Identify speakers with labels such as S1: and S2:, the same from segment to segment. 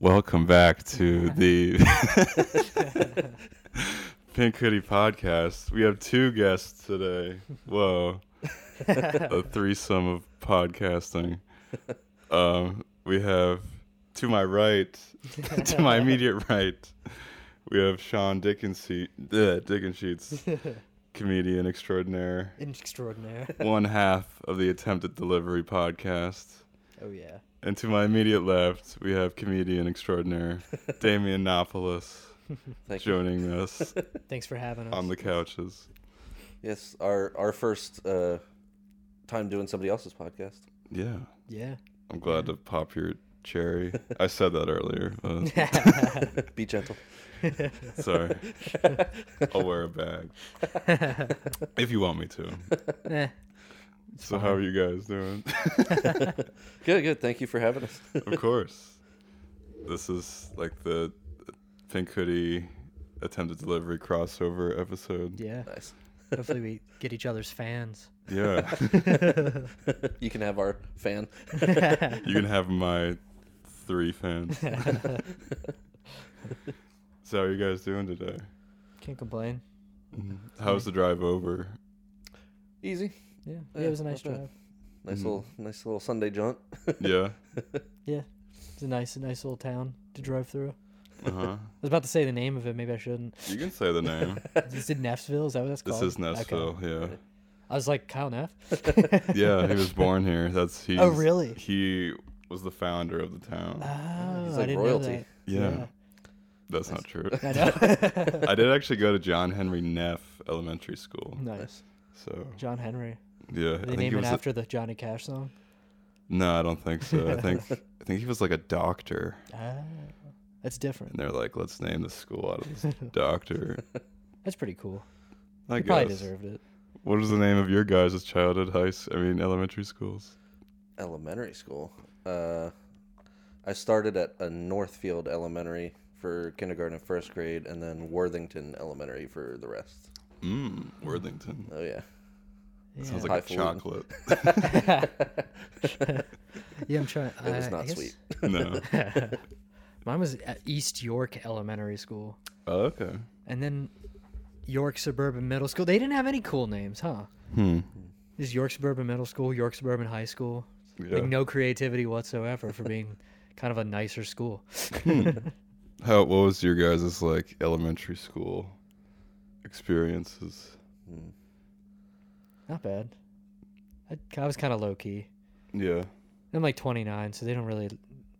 S1: Welcome back to the Pink Hoodie Podcast. We have two guests today. Whoa. A threesome of podcasting. Um, we have to my right, to my immediate right, we have Sean Dickinse- uh, Dickensheets, comedian extraordinaire,
S2: Extraordinary.
S1: one half of the Attempted Delivery Podcast.
S2: Oh yeah.
S1: And to my immediate left, we have comedian extraordinaire Damian Napoulos
S3: Thank you.
S1: joining us
S2: Thanks for having us.
S1: on the couches.
S3: Yes, our our first uh, time doing somebody else's podcast.
S1: Yeah,
S2: yeah.
S1: I'm glad to pop your cherry. I said that earlier. but
S3: Be gentle.
S1: sorry. I'll wear a bag if you want me to.
S2: Eh,
S1: So, how are you guys doing?
S3: Good, good. Thank you for having us.
S1: of course. This is like the Pink Hoodie attempted delivery crossover episode.
S2: yeah.
S3: nice.
S2: Hopefully we get each other's fans.
S1: Yeah.
S3: You can have our fan.
S1: you can have my three fans. so, how are you guys doing today?
S2: Can't complain. Mm-hmm.
S1: How was the drive over?
S3: Easy.
S2: Yeah.
S3: Yeah,
S2: it was a nice
S3: not bad.
S2: drive.
S3: Nice
S2: Mm-hmm.
S1: Mhm.
S3: little nice little Sunday jaunt.
S1: Yeah.
S2: It's a nice, a nice little town to drive through. I
S1: Uh huh.
S2: was about to say the name of it. Maybe I shouldn't.
S1: You can say the name.
S2: Is it Neffsville? Is that what that's
S1: This
S2: called?
S1: is
S2: Okay.
S1: Nashville.
S2: I was like Kyle Neff.
S1: Yeah. Yeah. He was born here. That's he.
S2: Oh, really?
S1: He was the founder of the town.
S2: Oh,
S3: He's
S2: I
S3: like
S2: didn't
S3: royalty.
S2: know that.
S1: yeah. That's not true.
S2: I know.
S1: I did actually go to John Henry Neff Elementary School.
S2: nice.
S1: So
S2: John Henry.
S1: yeah,
S2: Did they name it
S1: was. a-
S2: after the Johnny Cash song?
S1: no, I don't think so. I think I think he was like a doctor,
S2: Ah, that's
S1: and
S2: different.
S1: they're like, let's name the school out of this doctor.
S2: That's pretty cool.
S1: I
S2: He
S1: guess.
S2: probably deserved it.
S1: What is the name of your guys' childhood high? s- I mean, elementary schools.
S3: Elementary school. Uh, I started at a Northfield Elementary for kindergarten and first grade, and then Worthington Elementary for the rest.
S1: Mm, Worthington.
S3: Oh yeah.
S2: Yeah.
S1: Sounds like a
S3: Highfalutin.
S1: chocolate.
S2: Yeah, I'm trying.
S3: It was
S2: I
S3: not
S2: guess-
S3: sweet.
S1: no.
S2: Mine was at East York Elementary School,
S1: Oh, okay.
S2: and then York Suburban Middle School. They didn't have any cool names, huh?
S1: Hmm.
S2: This York Suburban Middle School, York Suburban High School.
S1: Yeah.
S2: Like no creativity whatsoever for being kind of a nicer school.
S1: Hmm. How? What was your guys' like elementary school experiences?
S3: Mm.
S2: Not bad. I, I was kind of low key.
S1: Yeah.
S2: I'm like 29, so they don't really,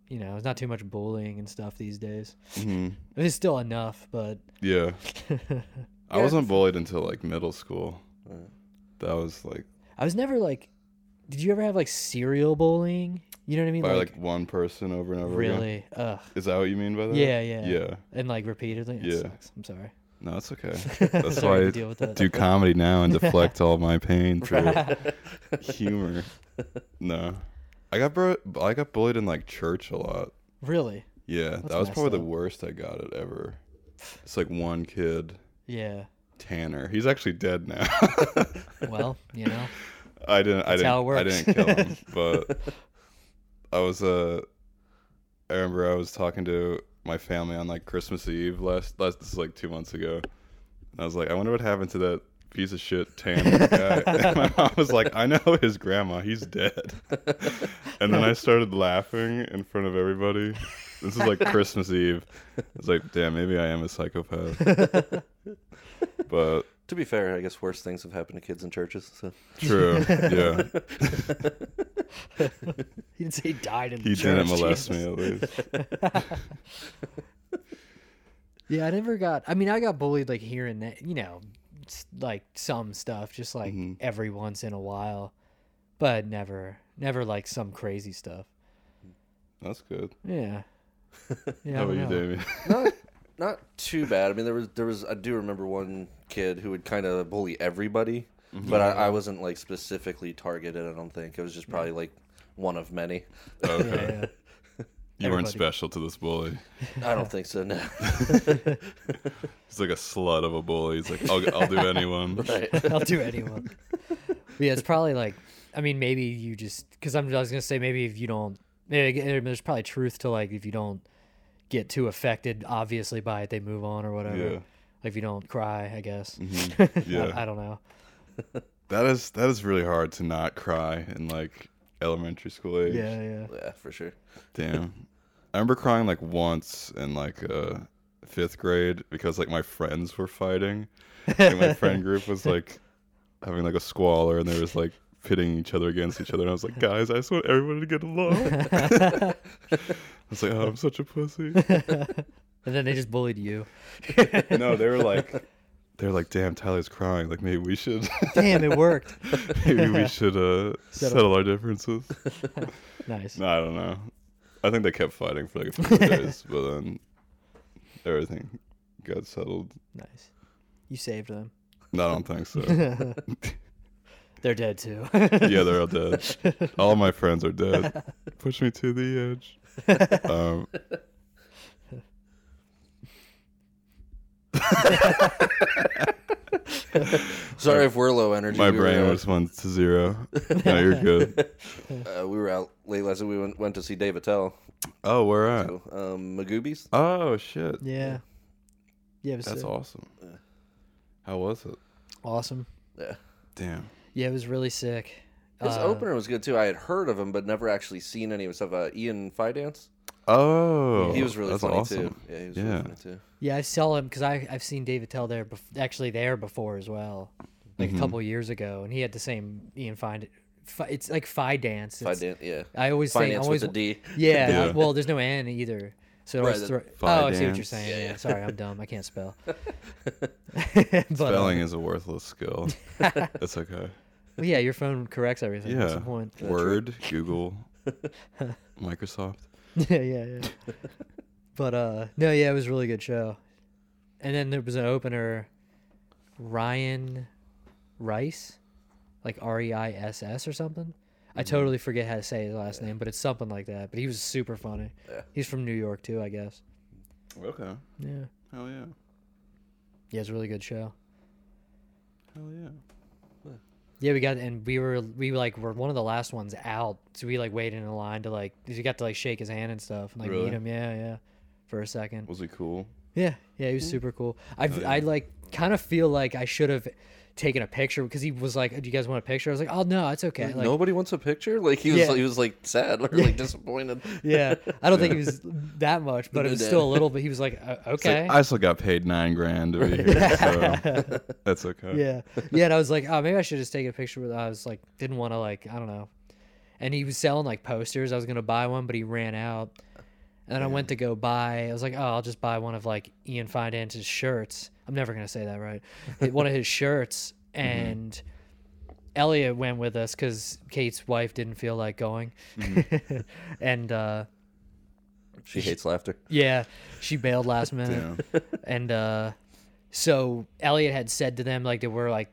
S2: you know, it's not too much bullying and stuff these days.
S1: hmm
S2: I mean, It's still enough, but
S1: Yeah. I
S2: Yeah.
S1: wasn't bullied until like middle school.
S3: Alright.
S1: That was like
S2: I was never like. Did you ever have like serial bullying? You know what I mean?
S1: by like, one person over and over again.
S2: really? Ugh.
S1: Is that what you mean by that?
S2: Yeah, yeah.
S1: Yeah.
S2: And like repeatedly. It
S1: Yeah.
S2: sucks. I'm sorry.
S1: No, it's okay. That's
S2: Sorry
S1: why
S2: to
S1: I
S2: deal with that.
S1: do comedy now and deflect all my pain through humor. No, I got bro- I got bullied in like church a lot.
S2: Really?
S1: Yeah,
S2: That's
S1: that was
S2: messed
S1: probably the
S2: up.
S1: worst I got it ever. It's like one kid,
S2: Yeah.
S1: Tanner. He's actually dead now.
S2: Well, you know.
S1: I didn't. I
S2: That's
S1: didn't.
S2: how it
S1: I
S2: works.
S1: didn't kill him, but I was. Uh, I remember I was talking to my family on like Christmas Eve last. Last this is like two months ago, and I was like, I wonder what happened to that piece of shit Tanner guy. and my mom was like, I know his grandma. He's dead. and then I started laughing in front of everybody. This is like Christmas Eve. I was like, damn, maybe I am a psychopath. but
S3: To be fair, I guess worse things have happened to kids in churches. So.
S1: true, yeah.
S2: He didn't say he died in
S1: He
S2: the
S1: didn't
S2: church,
S1: molest
S2: Jesus.
S1: me at least.
S2: Yeah, I never got. I mean, I got bullied like here and there, you know, s- like some stuff, just like
S1: Mhm.
S2: every once in a while, but never, never like some crazy stuff.
S1: That's good.
S2: Yeah. Yeah.
S1: How
S2: I
S1: about you,
S2: don't know.
S1: Damien?
S3: not not too bad. I mean, there was there was I do remember one kid who would kind of bully everybody,
S1: Mm-hmm.
S3: but I, I wasn't like specifically targeted. I don't think it was just
S1: Mm.
S3: probably like one of many.
S1: Okay.
S2: Yeah, yeah.
S1: You weren't
S2: Everybody.
S1: special to this bully.
S3: I don't think so. No,
S1: He's like a slut of a bully. He's like, I'll, I'll do anyone.
S3: right?
S2: I'll do anyone. But yeah, it's probably like, I mean, maybe you just because I'm. I was gonna say maybe if you don't, maybe I gu- there's probably truth to like if you don't, get too affected, obviously, by it, they move on or whatever.
S1: Yeah. Mm-hmm.
S2: Like if you don't cry, I guess.
S1: Yeah.
S2: I, I don't know.
S1: That is that is really hard to not cry in like elementary school age.
S2: Yeah, yeah.
S3: Yeah, for sure.
S1: Damn. I remember crying like once in like uh fifth grade because like my friends were fighting. And my friend group was like having like a squalor and they was like pitting each other against each other and I was like, guys, I just want everyone to get along. I was like, oh, I'm such a pussy.
S2: And then they just bullied you.
S1: no, they were like they were like, damn, Tyler's crying. Like maybe we should
S2: Damn, it worked.
S1: maybe we should uh
S2: Settle.
S1: settle our differences.
S2: Nice.
S1: No, I don't know. I think they kept fighting for like a few more days, but then everything got settled.
S2: Nice. You saved them.
S1: No, I don't think so.
S2: They're dead too.
S1: yeah, they're all dead. All my friends are dead. Push me to the edge. Um,
S3: Sorry if we're low energy.
S1: my
S3: we
S1: brain
S3: were,
S1: was one to zero. No, you're good.
S3: uh, we were out late last night. We went, went to see Dave Attell.
S1: Oh, we're at.
S3: So, um, Magoobies.
S1: Oh shit,
S2: yeah. Yeah, it was
S1: that's
S2: uh,
S1: awesome. How was it?
S2: awesome.
S3: Yeah.
S1: Damn.
S2: Yeah, it was really sick.
S3: His
S2: Uh,
S3: opener was good too. I had heard of him, but never actually seen any of his stuff. Uh, Ian Fidance.
S1: Oh,
S3: he was really
S1: that's
S3: funny
S1: awesome.
S3: too. Yeah, he was
S1: Yeah.
S3: really funny too.
S2: Yeah, I saw him because I've seen David Tell there, bef- actually there before as well, like
S3: Mm-hmm.
S2: a couple years ago, and he had the same Ian Find. Fi- it's like Fi Dance. It's-
S3: Fidance. Yeah.
S2: I always say, I
S3: Finance
S2: always
S3: with a D.
S2: Yeah,
S1: Yeah.
S2: uh, Well, there's no N either. So it
S3: Right,
S2: always
S3: the-
S2: throw-
S1: Fi
S2: oh, I see what you're
S1: dance.
S2: saying. Yeah, Sorry, I'm dumb. I can't spell. but, uh,
S1: Spelling is a worthless skill. That's okay.
S2: well, yeah, your phone corrects everything. That's
S1: Yeah.
S2: the point.
S1: Word, Google, Microsoft.
S2: yeah, yeah, yeah. but uh, no, yeah, it was a really good show. And then there was an opener, Ryan Rice, like R E I S S or something. I totally forget how to say his last name, but it's something like that. But he was super funny.
S3: Yeah.
S2: He's from New York too, I guess.
S1: Okay.
S2: Yeah.
S1: Hell yeah.
S2: Yeah, it's a really good show.
S1: Hell yeah.
S2: Yeah, we got and we were we like were one of the last ones out, so we like waited in a line to like 'cause we got to like shake his hand and stuff and like
S1: Really?
S2: meet him. Yeah, yeah, for a second.
S1: Was he cool?
S2: Yeah, yeah, he was super cool. I I like kind of feel like I should have taken a picture because he was like, "Do you guys want a picture?" I was like, "Oh no, it's okay." Like,
S3: Nobody wants a picture. Like he was,
S2: Yeah.
S3: he was like sad or like disappointed.
S2: Yeah, I don't think he was that much, but it
S3: No
S2: was
S3: doubt.
S2: still a little. But he was like, "Uh,
S1: It's like,
S2: "Okay."
S1: I still got paid nine grand to be here, so that's okay.
S2: yeah, yeah. And I was like, "Oh, maybe I should just take a picture with." I was like, didn't want to like, I don't know. And he was selling like posters. I was gonna buy one, but he ran out. And then I went to go buy. I was like, "Oh, I'll just buy one of like Ian Finance's shirts." I'm never gonna say that right. one of his shirts and. Elliot went with us because Kate's wife didn't feel like going, and uh,
S3: She hates laughter.
S2: yeah, she bailed last minute. And uh, so Elliot had said to them like they were like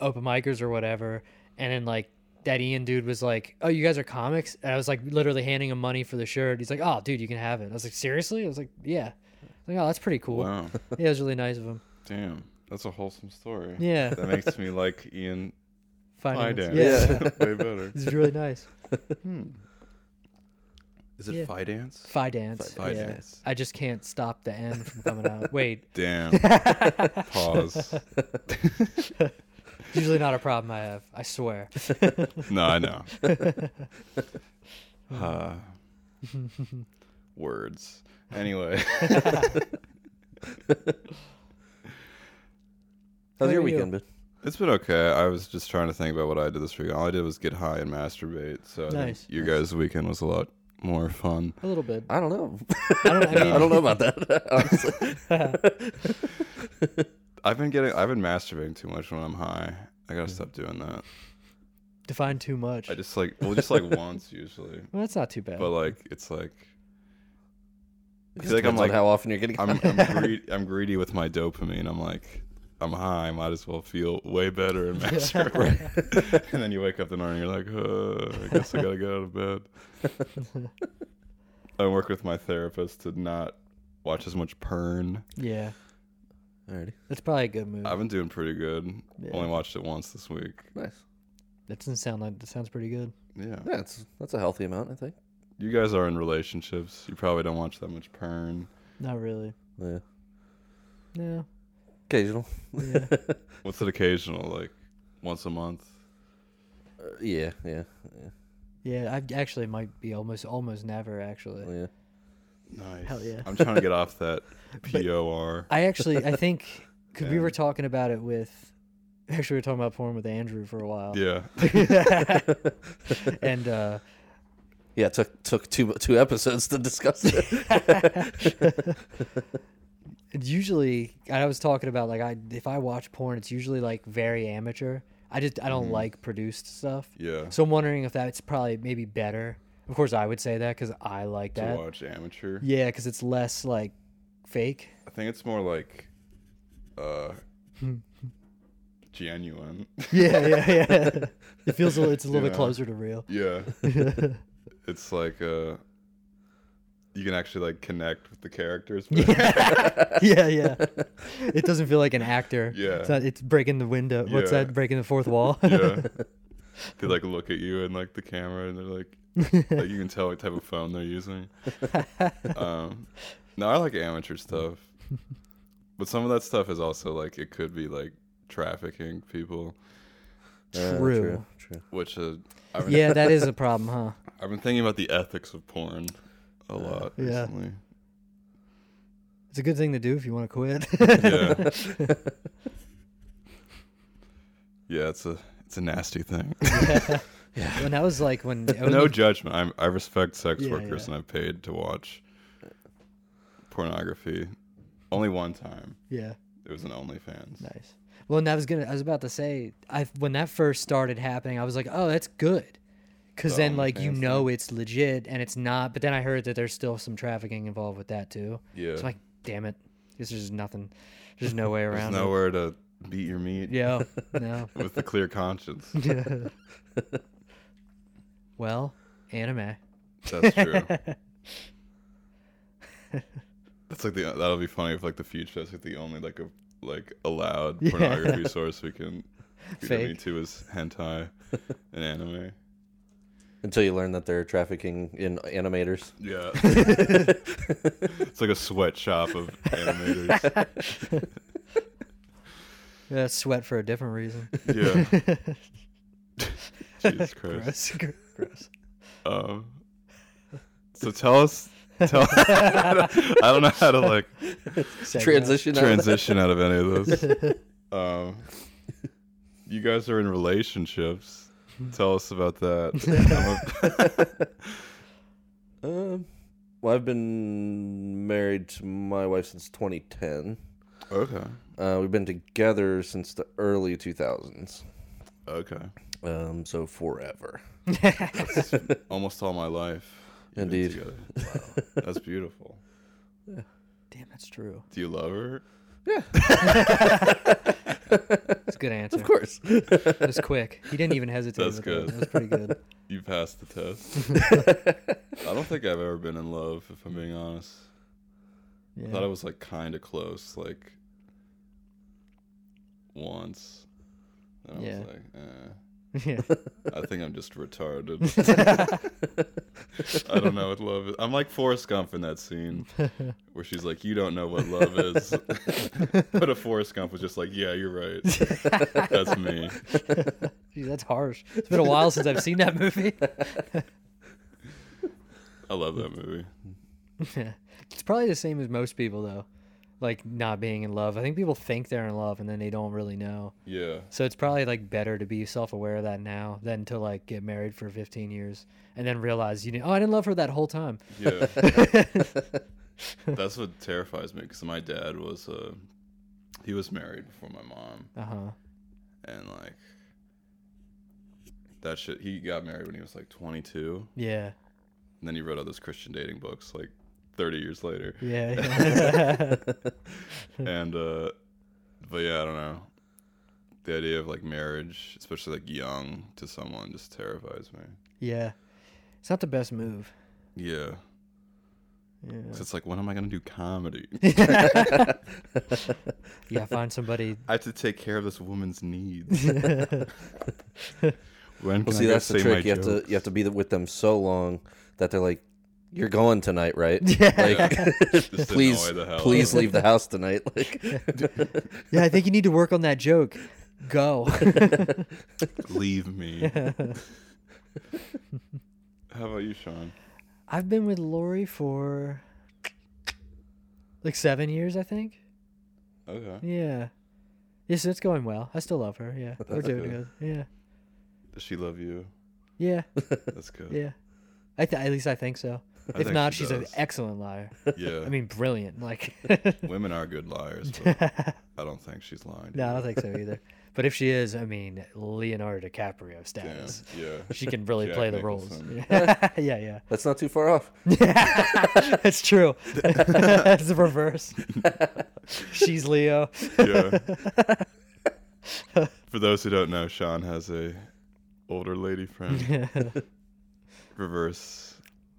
S2: open micers or whatever, and then like that Ian dude was like, "Oh, you guys are comics," and I was like literally handing him money for the shirt. He's like, "Oh, dude, you can have it." I was like, "Seriously?" I was like, "Yeah." I was like, "Oh, that's pretty cool."
S1: Wow.
S2: Yeah, it was really nice of him.
S1: Damn. That's a wholesome story.
S2: Yeah,
S1: That makes me like Ian
S2: finally,
S1: Fidance
S2: Yeah,
S1: way better. Hmm.
S2: this is really nice.
S1: Is it
S2: Yeah.
S1: Fidance?
S2: Fidance.
S1: Fi-
S2: Yeah.
S1: Fidance.
S2: I just can't stop the N from coming out. Wait,
S1: Damn. Pause.
S2: it's usually not a problem I have. I swear.
S1: No, I know. Uh, words. Anyway.
S3: How's
S2: How
S3: your
S2: are you?
S3: weekend been?
S1: It's been okay. I was just trying to think about what I did this weekend. All I did was get high and masturbate. So I think
S2: Nice.
S1: your guys' weekend was a lot more fun.
S2: A little bit.
S3: I don't know.
S2: I don't, I mean,
S3: I don't know about that. honestly.
S1: I've been getting, I've been masturbating too much when I'm high. I gotta stop doing that.
S2: define too much.
S1: I just like, well, just like once usually,
S2: well, that's not too bad.
S1: but like it's like,
S3: It
S1: feel like I'm
S3: depends
S1: like-
S3: on how often you're getting.
S1: I'm I'm, greedy, I'm greedy with my dopamine. I'm like, I'm high. Might as well feel way better and masturbate. and then you wake up in the morning, you're like, uh, I guess I gotta get out of bed. I work with my therapist to not watch as much porn.
S2: yeah,
S3: Alrighty.
S2: that's probably a good move.
S1: I've been doing pretty good.
S2: Yeah.
S1: Only watched it once this week.
S3: Nice.
S2: That doesn't sound like that sounds pretty good.
S1: Yeah.
S3: Yeah, it's, that's a healthy amount, I think.
S1: you guys are in relationships. You probably don't watch that much porn.
S2: Not really.
S3: Yeah.
S2: No.
S3: Occasional.
S2: Yeah.
S1: What's it occasional? Like once a month?
S3: Uh, yeah, yeah,
S2: yeah. I actually might be almost almost never actually.
S3: yeah.
S1: Nice.
S2: Hell yeah.
S1: I'm trying to get off that POR.
S2: I actually I think because we
S1: Yeah.
S2: were talking about it with actually we were talking about porn with Andrew for a while.
S1: yeah.
S2: and uh
S3: Yeah, it took took two two episodes to discuss it.
S2: and usually I was talking about like I if I watch porn it's usually like very amateur. I just I don't
S1: Mm-hmm.
S2: like produced stuff.
S1: Yeah.
S2: So I'm wondering if that's probably maybe better. Of course I would say that cuz I like
S1: to
S2: that.
S1: watch amateur.
S2: Yeah, cuz it's less like fake.
S1: I think it's more like uh genuine.
S2: Yeah, yeah, yeah. it feels a, li- it's a little bit
S1: Yeah.
S2: closer to real.
S1: yeah. it's like uh you can actually like connect with the characters. But
S2: yeah, yeah. It doesn't feel like an actor.
S1: Yeah.
S2: It's, not, it's breaking the window. What's
S1: Yeah.
S2: that? Breaking the fourth wall.
S1: yeah. They like look at you and like the camera and they're like like you can tell what type of phone they're using. Um no, I like amateur stuff. But some of that stuff is also like it could be like trafficking people,
S3: Uh,
S2: True.
S3: true.
S1: which uh, I've been
S2: yeah, that is a problem, huh?
S1: I've been thinking about the ethics of porn a lot
S2: Uh, yeah.
S1: recently.
S2: It's a good thing to do if you want to quit.
S1: Yeah. yeah, it's a it's a nasty thing.
S2: When that was like when
S1: no
S2: Only-
S1: judgment. I'm, I respect sex
S2: Yeah,
S1: workers and
S2: yeah.
S1: I've paid to watch pornography. Only one time.
S2: yeah,
S1: It was an OnlyFans.
S2: nice. Well, and I was gonna, I was about to say, I when that first started happening, I was like, oh, that's good, because
S1: The
S2: then like you
S1: OnlyFans
S2: know it's legit and it's not. But then I heard that there's still some trafficking involved with that too.
S1: Yeah.
S2: So I'm like, damn it, this is nothing. There's no way
S1: There's
S2: around it.
S1: nowhere to beat your meat
S2: Yeah, no.
S1: with a clear conscience.
S2: well, anime.
S1: That's true. That's like the that'll be funny if like the future that's like the only like a like allowed pornography source we can feed our
S2: Fake.
S1: meat to is hentai and anime.
S3: Until you learn that they're trafficking in animators.
S1: Yeah. it's like a sweatshop of animators.
S2: Yeah, sweat for a different reason.
S1: Yeah. Jesus Christ.
S2: Gross. Gross.
S1: Um, so tell us tell I don't know how to like
S2: Segment.
S3: Transition. out of that.
S1: transition out of any of this. Um, you guys are in relationships. Tell us about that. I'm a-
S3: Um, well, I've been married to my wife since 2010.
S1: okay.
S3: Uh, we've been together since the early 2000s.
S1: Okay.
S3: Um, so forever.
S1: Almost all my life. you've been
S3: Indeed.
S1: together. Wow. That's beautiful.
S2: Damn, that's true.
S1: Do you love her?
S2: That's a good answer.
S3: Of course.
S2: It was quick. He didn't even hesitate.
S1: That's
S2: with
S1: good.
S2: It. That was pretty good.
S1: You passed the test. I don't think I've ever been in love, if I'm being honest. I thought I
S2: Yeah.
S1: was like kind of close, like once. And I
S2: Yeah.
S1: was like, eh.
S2: yeah.
S1: I think I'm just retarded. I don't know what love is. I'm like Forrest Gump in that scene where she's like, "You don't know what love is," but a Forrest Gump was just like, "Yeah, you're right. That's me."
S2: Gee, that's harsh. It's been a while since I've seen that movie.
S1: I love that movie.
S2: it's probably the same as most people though, like not being in love. I think people think they're in love and then they don't really know.
S1: Yeah,
S2: So it's probably like better to be self-aware of that now than to like get married for 15 years and then realize you know, oh, I didn't love her that whole time. Uh-huh.
S1: yeah. That's what terrifies me because my dad was uh, he was married before my mom,
S2: Uh huh.
S1: and like that shit. He got married when he was like 22,
S2: Yeah.
S1: and then he wrote all those Christian dating books like 30 years later.
S2: Yeah. yeah.
S1: and uh but yeah i don't know the idea of like marriage especially like young to someone just terrifies me
S2: Yeah. It's not the best move.
S1: yeah
S2: Yeah.
S1: 'Cause it's like when am i gonna do comedy
S2: Yeah. Find somebody.
S1: i have to take care of this woman's needs when can
S3: Well,
S1: i
S3: see,
S1: go
S3: that's the
S1: say my
S3: trick. You have to
S1: jokes?
S3: you have to be with them so long that they're like, you're going tonight, right?
S2: Yeah.
S3: Like,
S1: Just
S3: please,
S1: annoy the hell out
S3: please
S1: of
S3: leave the house tonight. Like,
S2: Yeah, I think you need to work on that joke. Go.
S1: Leave me. How about you, Sean?
S2: I've been with Lori for like seven years, I think.
S1: Okay.
S2: Yeah. Yes, it's going well. I still love her. Yeah, we're doing
S1: good.
S2: good. Yeah,
S1: Does she love you?
S2: yeah,
S1: That's good.
S2: yeah. I th- at least I think so.
S1: I
S2: if
S1: think
S2: not,
S1: she
S2: she's an
S1: does.
S2: excellent liar.
S1: Yeah.
S2: I mean, brilliant. Like,
S1: women are good liars,
S2: no,
S1: but
S2: I
S1: I don't think she's lying. to
S2: don't
S1: you.
S2: think so either. But if she is, I mean, Leonardo DiCaprio status.
S1: Yeah. yeah.
S2: She can really
S1: Jack
S2: play the roles.
S1: Nicholson.
S2: yeah, yeah.
S3: that's not too far off.
S2: That's true. It's the reverse. She's Leo.
S1: yeah. For those who don't know, Sean has a older lady friend. Reverse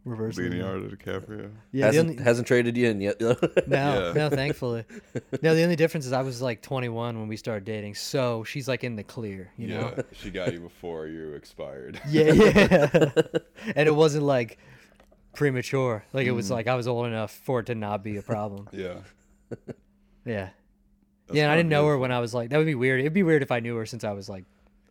S2: reverse. Leo.
S1: Leonardo DiCaprio.
S2: Yeah, the
S3: hasn't,
S2: only-
S3: hasn't traded you in yet.
S2: No,
S1: Yeah.
S2: no, thankfully. No, the only difference is I was like 21 when we started dating, so she's like in the clear, you
S1: yeah.
S2: know?
S1: She got you before you expired.
S2: Yeah, yeah. and it wasn't like premature. Like it was like I was old enough for it to not be a problem.
S1: yeah.
S2: Yeah. yeah, and I
S1: kinda
S2: didn't know her when I was like, that would be weird. It'd be weird if I knew her since I was like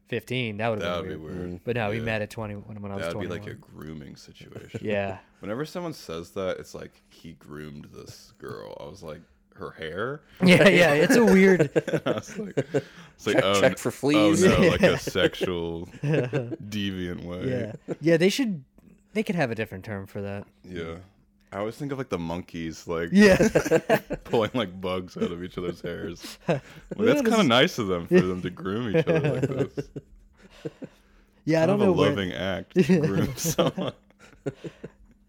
S2: 15. That would
S1: That
S2: have
S1: would be
S2: been weird.
S1: weird.
S2: But no, we
S1: Yeah.
S2: met at 20 when, when I was
S1: That'd be
S2: 21.
S1: like a grooming situation.
S2: yeah.
S1: Whenever someone says that, it's like he groomed this girl. I was like, her hair.
S2: Yeah, yeah. It's a weird.
S1: I was like, it's like
S3: Check-
S1: oh,
S3: check
S1: n-
S3: for fleas.
S1: Oh no, like a sexual deviant way.
S2: Yeah. Yeah, they should, they could have a different term for that.
S1: Yeah. I always think of like the monkeys, like
S2: Yeah.
S1: pulling like bugs out of each other's hairs. Like,
S2: at
S1: that's kind of
S2: his-
S1: nice of them for them to groom each other like this.
S2: Yeah, I
S1: Kind
S2: don't
S1: of a
S2: know. where-
S1: loving act to groom someone.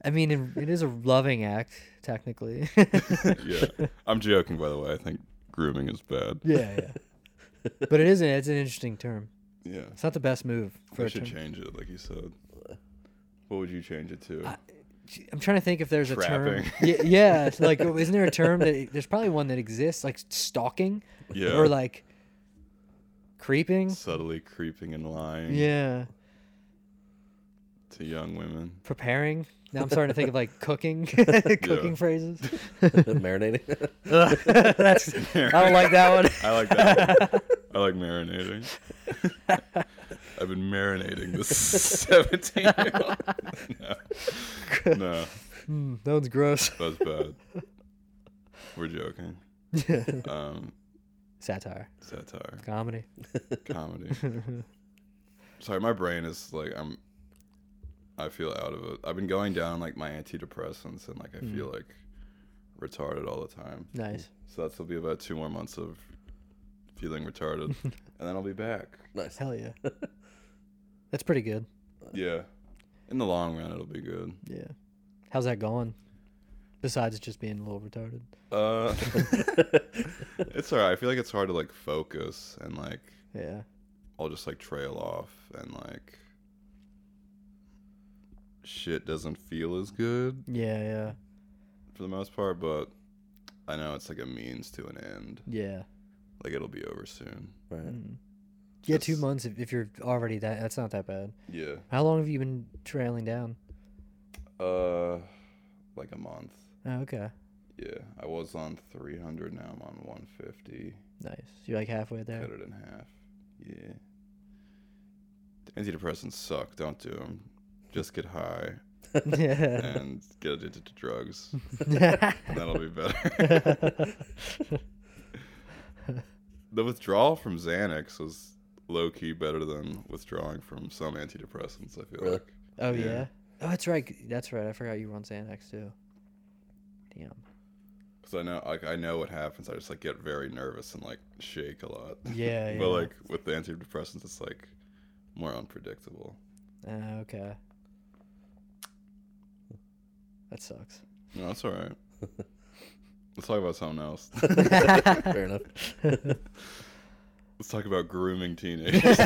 S2: I mean, it, it is a loving act, technically.
S1: yeah, I'm joking by the way. I think grooming is bad.
S2: yeah, yeah. But it is an, it's an interesting term.
S1: Yeah,
S2: It's not the best move for
S1: I
S2: a
S1: should
S2: term.
S1: change it, like you said. What would you change it to?
S2: I'm trying to think if there's a term.
S1: Trapping.
S2: Yeah, yeah, it's like isn't there a term that there's probably one that exists like stalking
S1: yeah,
S2: or like creeping?
S1: subtly creeping and lying
S2: Yeah,
S1: to young women.
S2: preparing. Now I'm starting to think of like cooking, cooking
S1: Yeah.
S2: phrases.
S3: Marinating.
S2: That's I don't like that one.
S1: I like that. one. I like marinating. I've been marinating this 17 year old. No. no,
S2: Mm, that one's gross.
S1: that's bad. We're joking. Um,
S2: Satire,
S1: satire,
S2: comedy.
S1: comedy. Sorry, my brain is like I'm. I feel out of it. I've been going down like my antidepressants and like I feel like retarded all the time.
S2: Nice.
S1: So that's will be about two more months of feeling retarded, and then I'll be back.
S3: nice.
S2: Hell yeah. That's pretty good.
S1: Yeah. In the long run, it'll be good.
S2: Yeah. How's that going? Besides just being a little retarded.
S1: Uh, it's alright. I feel like it's hard to like focus and like
S2: Yeah.
S1: I'll just like trail off and like shit doesn't feel as good
S2: Yeah, yeah.
S1: for the most part. But I know it's like a means to an end.
S2: Yeah. Hmm.
S1: Like it'll be over soon.
S3: Right.
S2: Yeah, two
S1: Just-
S2: months if, if you're already that that's not that bad.
S1: Yeah.
S2: How long have you been trailing down?
S1: Uh, like a month.
S2: Oh, okay.
S1: Yeah, I was on 300. Now I'm on 150.
S2: Nice. So you're like halfway there.
S1: Cut it in half. Yeah. Antidepressants suck. Don't do them. Just get high
S2: yeah.
S1: and get addicted to drugs.
S2: yeah.
S1: And that'll be better. the withdrawal from Xanax was low key better than withdrawing from some antidepressants, I feel
S3: Really?
S1: like.
S2: Oh
S1: Yeah.
S2: yeah. Oh that's right. That's right. I forgot you were on Xanax too. Damn.
S1: Because I know, like, I know what happens. I just like get very nervous and like shake a lot.
S2: Yeah, yeah.
S1: but like with the antidepressants, it's like more unpredictable.
S2: Oh, okay. That sucks.
S1: No, that's all right. Let's talk about something else.
S3: Fair enough.
S1: Let's talk about grooming teenagers.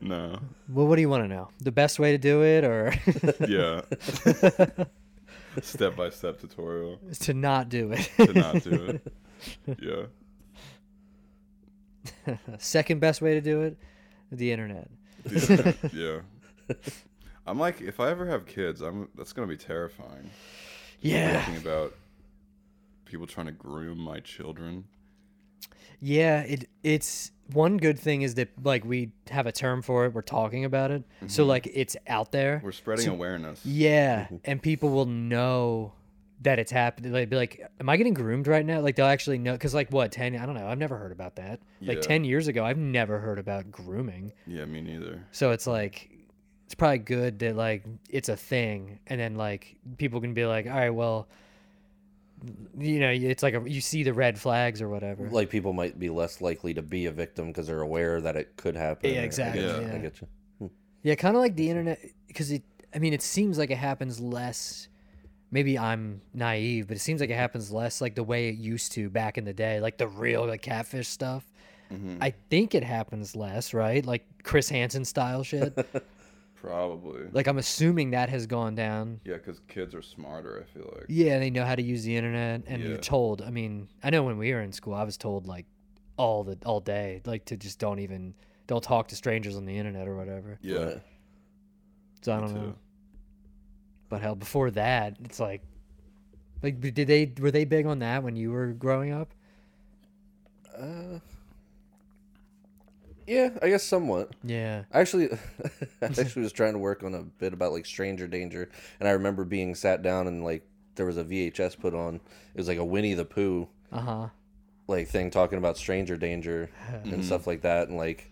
S1: no.
S2: Well, what do you want to know? The best way to do it, or
S1: Yeah. Step by step tutorial
S2: is to not do it?
S1: to not do it. Yeah.
S2: Second best way to do it, the internet.
S1: Yeah. I'm like, if I ever have kids, I'm that's gonna be terrifying.
S2: Yeah.
S1: Thinking about people trying to groom my children.
S2: Yeah, it it's one good thing is that like we have a term for it. We're talking about it. So like it's out there.
S1: We're spreading awareness.
S2: Yeah, and people will know that it's happening. They'll be like, "Am I getting groomed right now?" Like they'll actually know because, like, what ten? I don't know. I've never heard about that. Like
S1: Yeah.
S2: ten years ago, I've never heard about grooming.
S1: Yeah, me neither.
S2: So it's like, it's probably good that like it's a thing, and then like people can be like, "All right, well." You know, it's like a, you see the red flags or whatever.
S3: Like people might be less likely to be a victim because they're aware that it could happen.
S2: Yeah,
S3: I- I
S2: exactly,
S3: get you,
S2: yeah.
S3: I get you.
S2: Yeah, kind of like the internet, because it. I mean, it seems like it happens less. Maybe I'm naive, but it seems like it happens less, like the way it used to back in the day, like the real like catfish stuff.
S1: Mm-hmm. Hmm.
S2: I think it happens less, right? Like Chris Hansen style shit.
S1: Probably.
S2: like I'm assuming that has gone down.
S1: Yeah, because kids are smarter. I feel like.
S2: Yeah, they know how to use the internet, and you're
S1: Yeah.
S2: told. I mean, I know when we were in school, I was told like all the all day, like to just don't even don't talk to strangers on the internet or whatever.
S1: Yeah.
S3: Right.
S2: So I don't
S1: too.
S2: know. But hell, before that, it's like, like b- did they were they big on that when you were growing up?
S3: Uh, yeah, I guess somewhat.
S2: Yeah.
S3: I actually, I actually was trying to work on a bit about like stranger danger, and I remember being sat down and like there was a VHS put on. It was like a Winnie the Pooh
S2: Uh huh.
S3: like thing talking about stranger danger and stuff like that, and like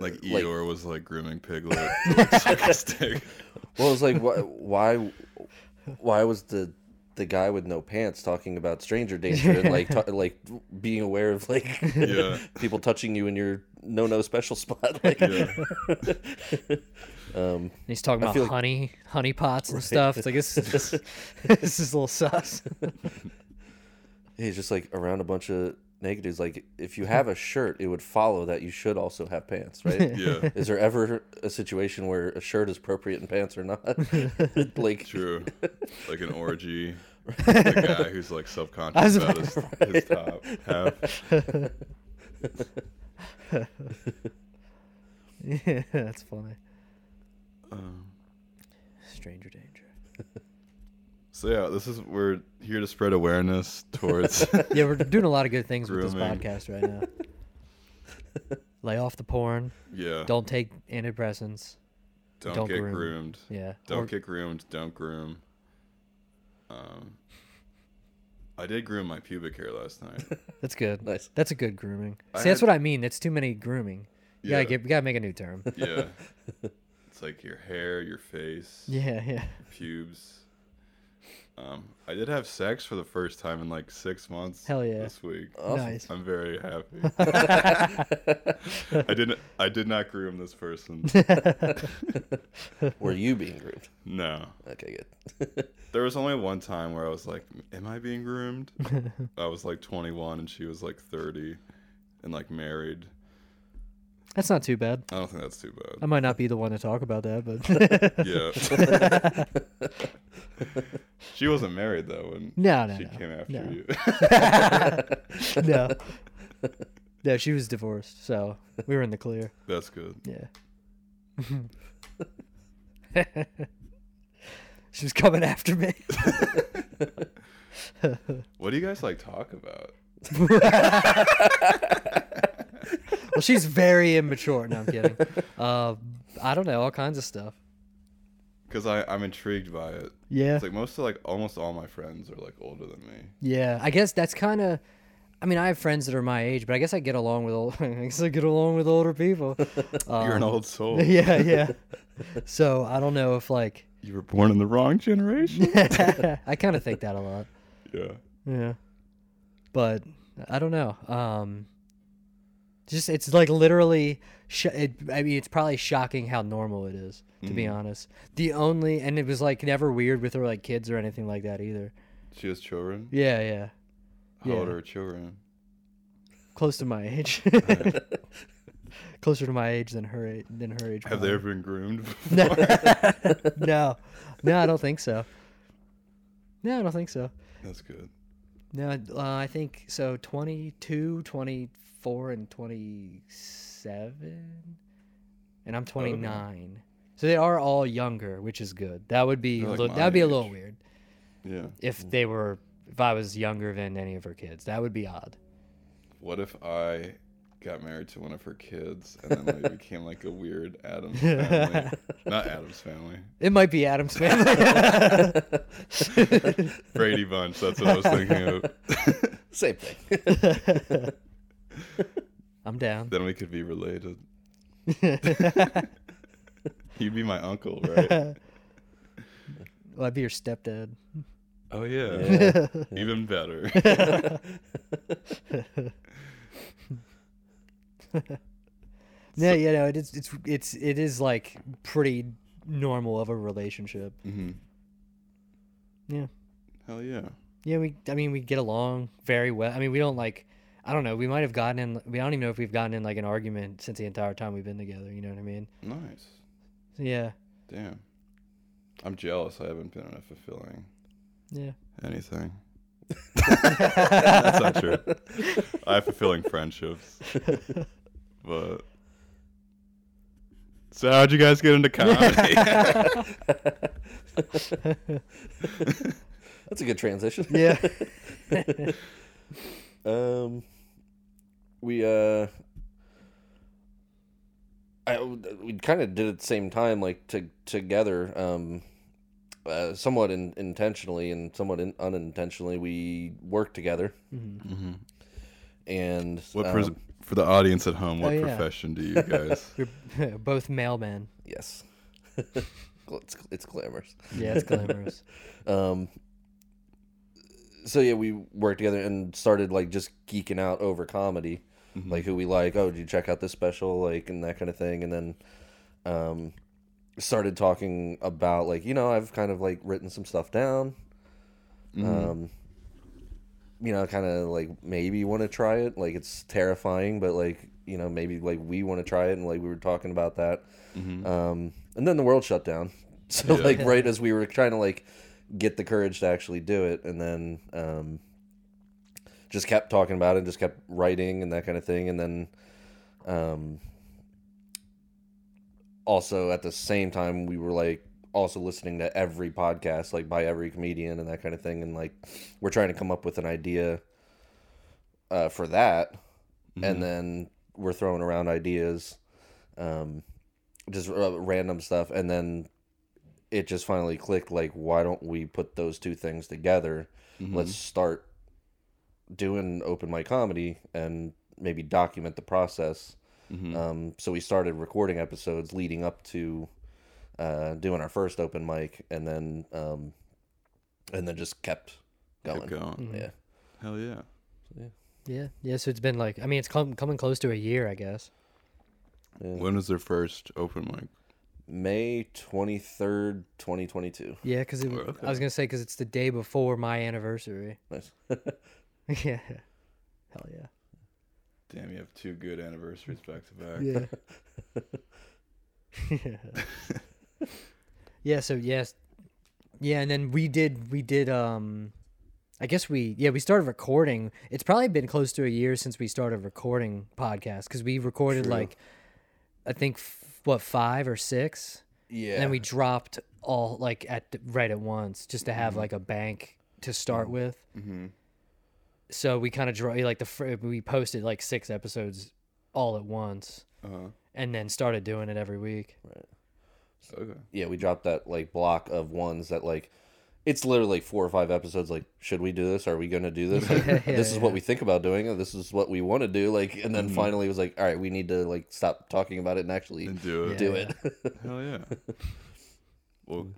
S1: Like
S3: Like-
S1: Eeyore was like grooming Piglet. with a sucker stick.
S3: well, it was like why, why, why was the the guy with no pants talking about stranger danger and like ta- like being aware of like
S1: Yeah.
S3: people touching you in your no no special spot like
S1: Yeah.
S2: And he's talking about
S3: feel like-
S2: honey, honey pots and stuff. It's like this, this, this is a little sus.
S3: He's just like around a bunch of naked dudes. Like if you have a shirt, it would follow that you should also have pants, right?
S1: Yeah.
S3: Is there ever a situation where a shirt is appropriate and pants are not? like
S1: True. Like an orgy. the guy who's like subconscious
S2: was
S1: about
S2: about
S1: his, his top half.
S2: yeah, that's funny.
S1: Um,
S2: Stranger danger.
S1: So yeah, this is we're here to spread awareness towards
S2: Yeah, we're doing a lot of good things with this
S1: Grooming.
S2: podcast right now. Lay off the porn.
S1: yeah.
S2: Don't take antidepressants.
S1: don't,
S2: don't
S1: get
S2: groom.
S1: groomed.
S2: Yeah.
S1: Don't
S2: Or-
S1: get groomed. Don't groom. Um, I did groom my pubic hair last night.
S2: That's good.
S3: Nice.
S2: That's a good grooming. See,
S1: I
S2: that's
S1: had-
S2: what I mean. That's too many grooming. You
S1: Yeah.
S2: gotta get, we gotta make a new term.
S1: Yeah, it's like your hair, your face,
S2: yeah, yeah.
S1: pubes. Um, I did have sex for the first time in like six months.
S2: Hell yeah.
S1: This week,
S2: Nice.
S1: I'm very happy. I didn't. I did not groom this person.
S3: were you being groomed?
S1: No,
S3: Okay,
S1: there was only one time where I was like, "Am I being groomed?" I was like 21 and she was like 30, and like married.
S2: That's not too bad.
S1: I don't think that's too
S2: I
S1: bad.
S2: might not be the one to talk about that, but
S1: Yeah, she wasn't married though when
S2: no, no,
S1: she
S2: no.
S1: came after
S2: no.
S1: you.
S2: no, no. She was divorced, so we were in the clear.
S1: that's good.
S2: Yeah. she was coming after me.
S1: What do you guys like talk about?
S2: Well, she's very immature. No, I'm kidding. Uh, I don't know all kinds of stuff.
S1: Because I I'm intrigued by it.
S2: Yeah.
S1: It's like most of like almost all my friends are like older than me.
S2: Yeah, I guess that's kind of. I mean, I have friends that are my age, but I guess I get along with old. I guess I get along with older people. Uh,
S1: You're an old soul.
S2: yeah, yeah. So I don't know if like
S1: You were born in the wrong generation.
S2: I kind of think that a lot.
S1: yeah.
S2: Yeah, but I don't know. Um, just it's like literally. Sh- it, I mean, it's probably shocking how normal it is. To be honest, the only and it was like never weird with her like kids or anything like that either.
S1: She has children.
S2: Yeah, yeah,
S1: How old
S2: Yeah.
S1: are her children?
S2: close to my age.
S1: Have
S2: closer to my age than her age, than her age.
S1: they
S2: probably.
S1: ever been groomed?
S2: Uh, No. no, no, I don't think so. No, I don't think so.
S1: That's good.
S2: No, uh, I think so. 22,
S1: Oh,
S2: 24, and twenty-seven, and I'm twenty-nine. So they are all younger, which is good. That would be
S1: They're
S2: a
S1: like
S2: little,
S1: my
S2: that'd be a
S1: age. Mm.
S2: little weird
S1: Yeah.
S2: if they were if I was younger than any of her kids. That would be odd.
S1: What if I got married to one of her kids and then like became like a weird Adams family? Not Adams family.
S2: It might be Adam's family.
S1: Brady Bunch, that's what I was thinking of.
S3: Same thing.
S2: I'm down.
S1: then we could be related. You'd be my uncle, right?
S2: Well, I'd be your stepdad.
S1: Oh yeah. Even better.
S2: No, yeah, no, it's it's it's it is like pretty normal of a relationship.
S1: hmm
S2: Yeah.
S1: Hell yeah.
S2: Yeah, we. I mean, we get along very well. I mean, we don't like. I don't know. We might have gotten in. We don't even know if we've gotten in like an argument since the entire time we've been together. You know what I mean?
S1: Nice.
S2: Yeah.
S1: Damn. I'm jealous I haven't been in a fulfilling
S2: Yeah.
S1: anything. That's not true. I have fulfilling friendships. But So how'd you guys get into comedy?
S3: That's a good transition.
S2: Yeah.
S3: Um, we uh, I we kind of did it at the same time, like to together, um, uh, somewhat in, intentionally and somewhat in, unintentionally. We worked together,
S2: Mm-hmm.
S1: Mhm.
S3: and
S1: What
S3: um,
S1: pres- for the audience at home, what
S2: Oh, yeah.
S1: profession do you guys?
S2: We're both mailmen.
S3: yes, it's it's glamorous.
S2: Yeah, it's glamorous.
S3: Um, so yeah, we worked together and started like just geeking out over comedy, like who we like. Oh, did you check out this special? Like and that kind of thing. And then, um, started talking about like you know I've kind of like written some stuff down. Um, you know, kind of like maybe want to try it. Like it's terrifying, but like you know maybe like we want to try it. And like we were talking about that. Um, and then the world shut down. So
S1: Yeah.
S3: like right as we were trying to like get the courage to actually do it, and then um, just kept talking about it, and just kept writing and that kind of thing, and then um, also at the same time we were like also listening to every podcast like by every comedian and that kind of thing and like we're trying to come up with an idea uh, for that and then we're throwing around ideas um, just r- random stuff and then it just finally clicked like why don't we put those two things together
S1: Mm-hmm.
S3: let's start doing open mic comedy and maybe document the process
S1: Mhm.
S3: um, so we started recording episodes leading up to uh, doing our first open mic, and then um, and then just kept going.
S1: Keep going.
S3: Yeah,
S1: Hell yeah.
S2: yeah. Yeah. So it's been like. I mean, it's come, coming close to a year, I guess.
S1: When was their first open mic?
S3: May twenty third, twenty twenty two.
S2: Yeah, because
S1: Oh, okay.
S2: I was gonna say because it's the day before my anniversary.
S3: Nice.
S2: yeah. Hell yeah.
S1: Damn, you have two good anniversaries back to back.
S2: Yeah. yeah. So yes, yeah, and then we did we did um, I guess we yeah we started recording. It's probably been close to a year since we started recording podcasts because we recorded
S3: True.
S2: like I think f- what five or six,
S3: Yeah.
S2: and then we dropped all like at the- right at once just to have like a bank to start with. So we kind of draw like the fir- we posted like six episodes all at once
S1: Uh-huh.
S2: and then started doing it every week.
S1: Okay.
S3: yeah we dropped that like block of ones that like it's literally like four or five episodes like should we do this are we going to do this Like,
S2: Yeah, yeah,
S3: this is what
S2: yeah.
S3: we think about doing and this is what we want to do like and
S1: Mm-hmm.
S3: then finally it was like all right we need to like stop talking about it and actually
S1: And do it.
S3: do
S2: Yeah.
S3: it
S1: Hell yeah. well,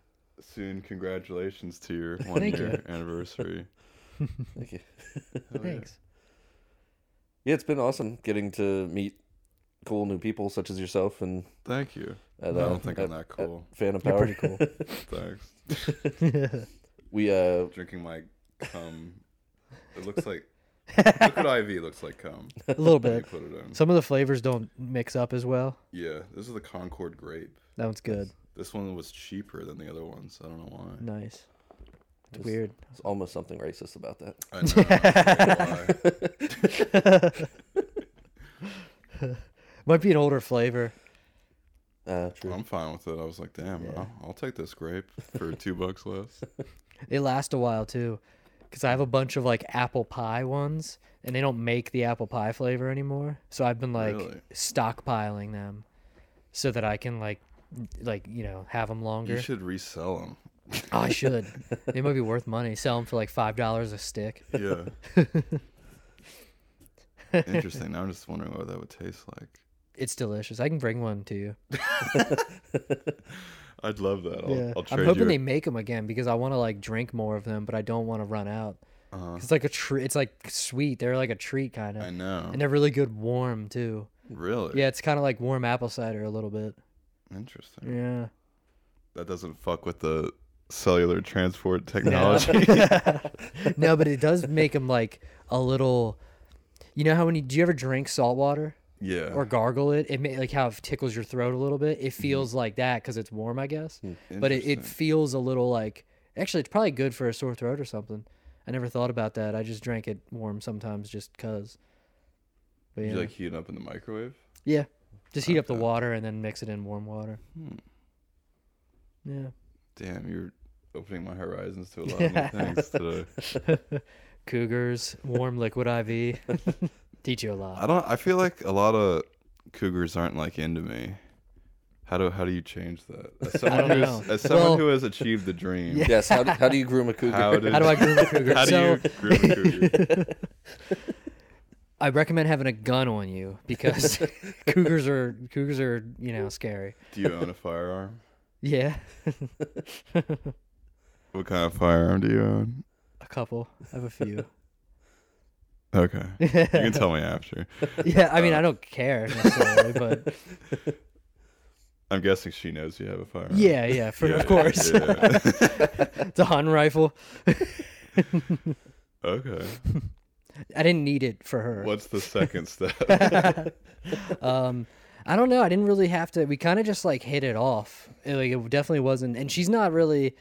S1: soon, congratulations to your one
S2: Thank
S1: year anniversary.
S3: Thank you.
S1: Hell yeah.
S2: Thanks.
S3: yeah it's been awesome getting to meet cool new people such as yourself and
S1: Thank you.
S3: at,
S1: I
S3: uh,
S1: don't think I'm
S3: at
S1: that cool.
S3: Phantom
S2: You're
S3: Power
S2: pretty cool.
S1: Thanks.
S3: we uh
S1: Drinking my cum. It looks like. Look what IV looks like cum.
S2: a little
S1: When you
S2: bit.
S1: put it in.
S2: Some of the flavors don't mix up as well.
S1: Yeah, this is the Concord grape.
S2: That one's good.
S1: This one was cheaper than the other ones. I don't know why.
S2: Nice. It's
S3: Just-
S2: weird.
S3: there's almost something racist about that
S1: I know, I don't know why.
S2: Might be an older flavor.
S3: Uh, true.
S1: I'm fine with it. I was like, damn,
S2: Yeah.
S1: I'll, I'll take this grape for two bucks less.
S2: They last a while too, because I have a bunch of like apple pie ones, and they don't make the apple pie flavor anymore. So I've been like
S1: Really?
S2: stockpiling them, so that I can like, n- like you know, have them
S1: You
S2: longer.
S1: should resell them.
S2: Oh, I should. they might be worth money. Sell them for like five dollars a stick.
S1: Yeah. Interesting. Now I'm just wondering what that would taste like.
S2: It's delicious. I can bring one to you.
S1: I'd love that. I'll, I'll trade
S2: I'm hoping
S1: you.
S2: they make them again because I want to like drink more of them, but I don't want to run out.
S1: Uh-huh.
S2: It's like a treat. It's like sweet. They're like a treat kind
S1: I
S2: of,
S1: know.
S2: and they're really good warm too.
S1: Really?
S2: Yeah, it's kind of like warm apple cider a little bit.
S1: Interesting.
S2: Yeah.
S1: That doesn't fuck with the cellular transport technology.
S2: no, but it does make them like a little. You know how when you do you ever drink salt water
S1: yeah. Mm-hmm.
S2: or gargle it? It may like how it tickles your throat a little bit. It feels like that because it's warm, I guess. But it, it
S1: Interesting.
S2: feels a little like actually it's probably good for a sore throat or something. I never thought about that. I just drank it warm sometimes just cause. But yeah,
S1: you like heat it up in the microwave?
S2: yeah, just heat up the
S1: Okay.
S2: water and then mix it in warm water.
S1: Hmm.
S2: Yeah.
S1: Damn, you're opening my horizons to a lot of new things today.
S2: Cougars, warm liquid IV. Teach you a lot.
S1: I don't. I feel like a lot of cougars aren't like into me. How do how do you change that? As someone,
S2: don't
S1: who has,
S2: know.
S1: as someone
S2: Well-
S1: who has achieved the dream,
S2: Yeah.
S3: yes. How do, how do you groom a cougar?
S1: Oh. how did
S2: How do I groom a cougar?
S1: how do
S2: so
S1: you groom a cougar?
S2: I recommend having a gun on you because cougars are cougars are you know scary.
S1: Do you own a firearm?
S2: Yeah,
S1: What kind of firearm do you own?
S2: a couple. I have a few.
S1: Okay, you can tell me after.
S2: Yeah, I mean I don't care necessarily, but
S1: I'm guessing she knows you have a firearm.
S2: yeah, yeah, for
S1: Yeah,
S2: of course.
S1: yeah.
S2: it's a Hun rifle.
S1: Okay.
S2: I didn't need it for her.
S1: What's the second step?
S2: um i don't know i didn't really have to we kind of just like hit it off It, like it definitely wasn't and she's not really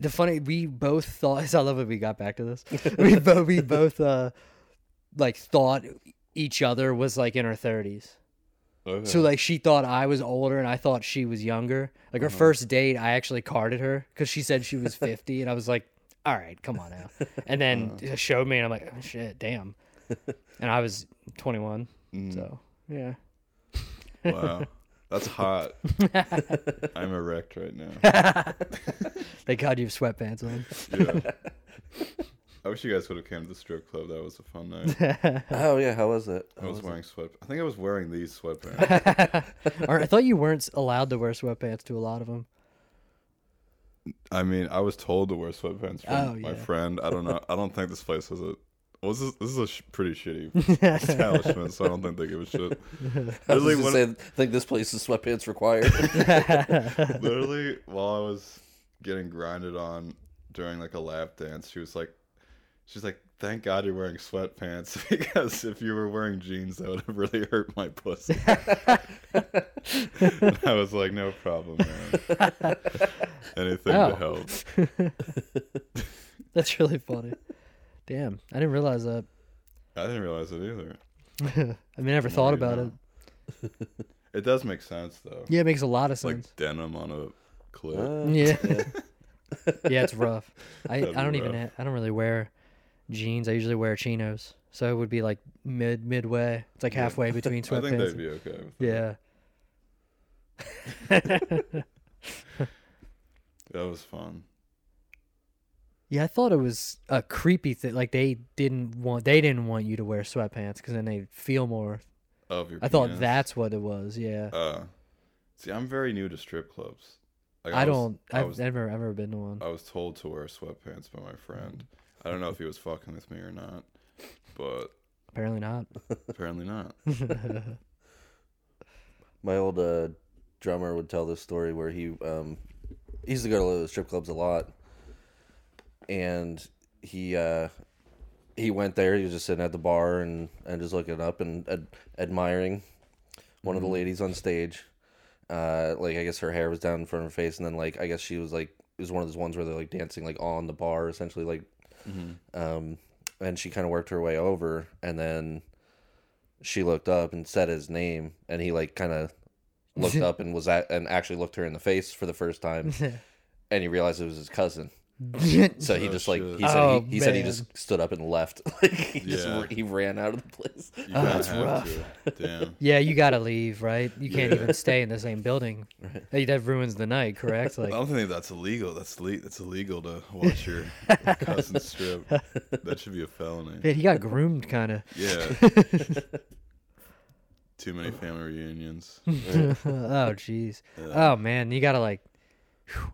S2: the funny we both thought i love that we got back to this we both we both uh like thought each other was like in her 30s
S1: Okay.
S2: so like she thought i was older and i thought she was younger like her first date i actually carded her because she said she was 50 and i was like all right come on now and then it showed me and i'm like oh, shit damn and i was 21
S1: Mm.
S2: so yeah
S1: Wow. That's hot. I'm erect right now.
S2: Thank God you have sweatpants on.
S1: Yeah. I wish you guys would have came to the strip club. That was a fun night.
S3: Oh yeah. How was it?
S1: I
S3: How
S1: was
S3: was
S1: wearing sweat. I think I was wearing these sweatpants.
S2: Or I thought you weren't allowed to wear sweatpants to a lot of them.
S1: I mean, I was told to wear sweatpants from
S2: Oh,
S1: my
S2: yeah.
S1: friend. I don't know. I don't think this place has a. Well, this is, this is a sh- pretty shitty establishment, so I don't think they give a shit.
S3: I was
S1: Literally,
S3: just
S1: one-
S3: gonna say, think this place is sweatpants required.
S1: literally while I was getting grinded on during like a lap dance, she was like, she's like, thank God you're wearing sweatpants because if you were wearing jeans, that would have really hurt my pussy. And I was like, no problem, man. Anything
S2: Oh.
S1: to help.
S2: That's really funny. Damn, I didn't realize that.
S1: I didn't realize it either.
S2: I mean, I never thought
S1: you
S2: about it.
S1: know. It does make sense though.
S2: Yeah, it makes a lot of
S1: Like
S2: sense.
S1: denim on a clip.
S3: Uh,
S2: yeah, yeah, it's rough. I, I
S1: That'd be
S2: don't even
S1: rough.
S2: ha- I don't really wear jeans. I usually wear chinos, so it would be like mid midway. It's like halfway between
S1: I think they'd
S2: sweatpants.
S1: be okay. With that.
S2: yeah,
S1: That was fun.
S2: yeah. I thought it was a creepy thing. Like they didn't want they didn't want you to wear sweatpants because then they feel more
S1: Of your
S2: I thought
S1: penis.
S2: that's what it was. Yeah.
S1: Uh, see, I'm very new to strip clubs. Like,
S2: I
S1: was-
S2: don't.
S1: I
S2: I've
S1: was, Uh.
S2: never ever been to one.
S1: I was told to wear sweatpants by my friend. I don't know if he was fucking with me or not, but
S2: Apparently not.
S1: apparently not.
S3: my old uh, drummer would tell this story where he um, he used to go to the strip clubs a lot, and he uh, he went there. He was just sitting at the bar and and just looking up and ad- admiring one of the ladies on stage. Uh, like I guess her hair was down in front of her face, and then like I guess she was like it was one of those ones where they're like dancing like on the bar essentially like, um, and she kind of worked her way over, and then she looked up and said his name, and he like kind of looked up and was at and actually looked her in the face for the first time, and he realized it was his cousin. So he
S1: Oh,
S3: just like
S1: shit.
S3: he said
S2: Oh,
S3: he, he said he
S2: man.
S3: just stood up and left. Like he just
S1: Yeah.
S3: r- he ran out of the place.
S1: You
S2: Oh,
S1: kinda
S2: that's
S1: have
S2: rough.
S1: to. Damn.
S2: yeah, you gotta leave, right? You can't
S1: Yeah.
S2: even stay in the same building. That, that ruins the night, correct? Like,
S1: I don't think that's illegal. That's le- that's illegal to watch your cousin strip. That should be a felony.
S2: man, he got groomed, kind of.
S1: Yeah. Too many family reunions.
S2: oh, jeez. Oh man, you gotta like.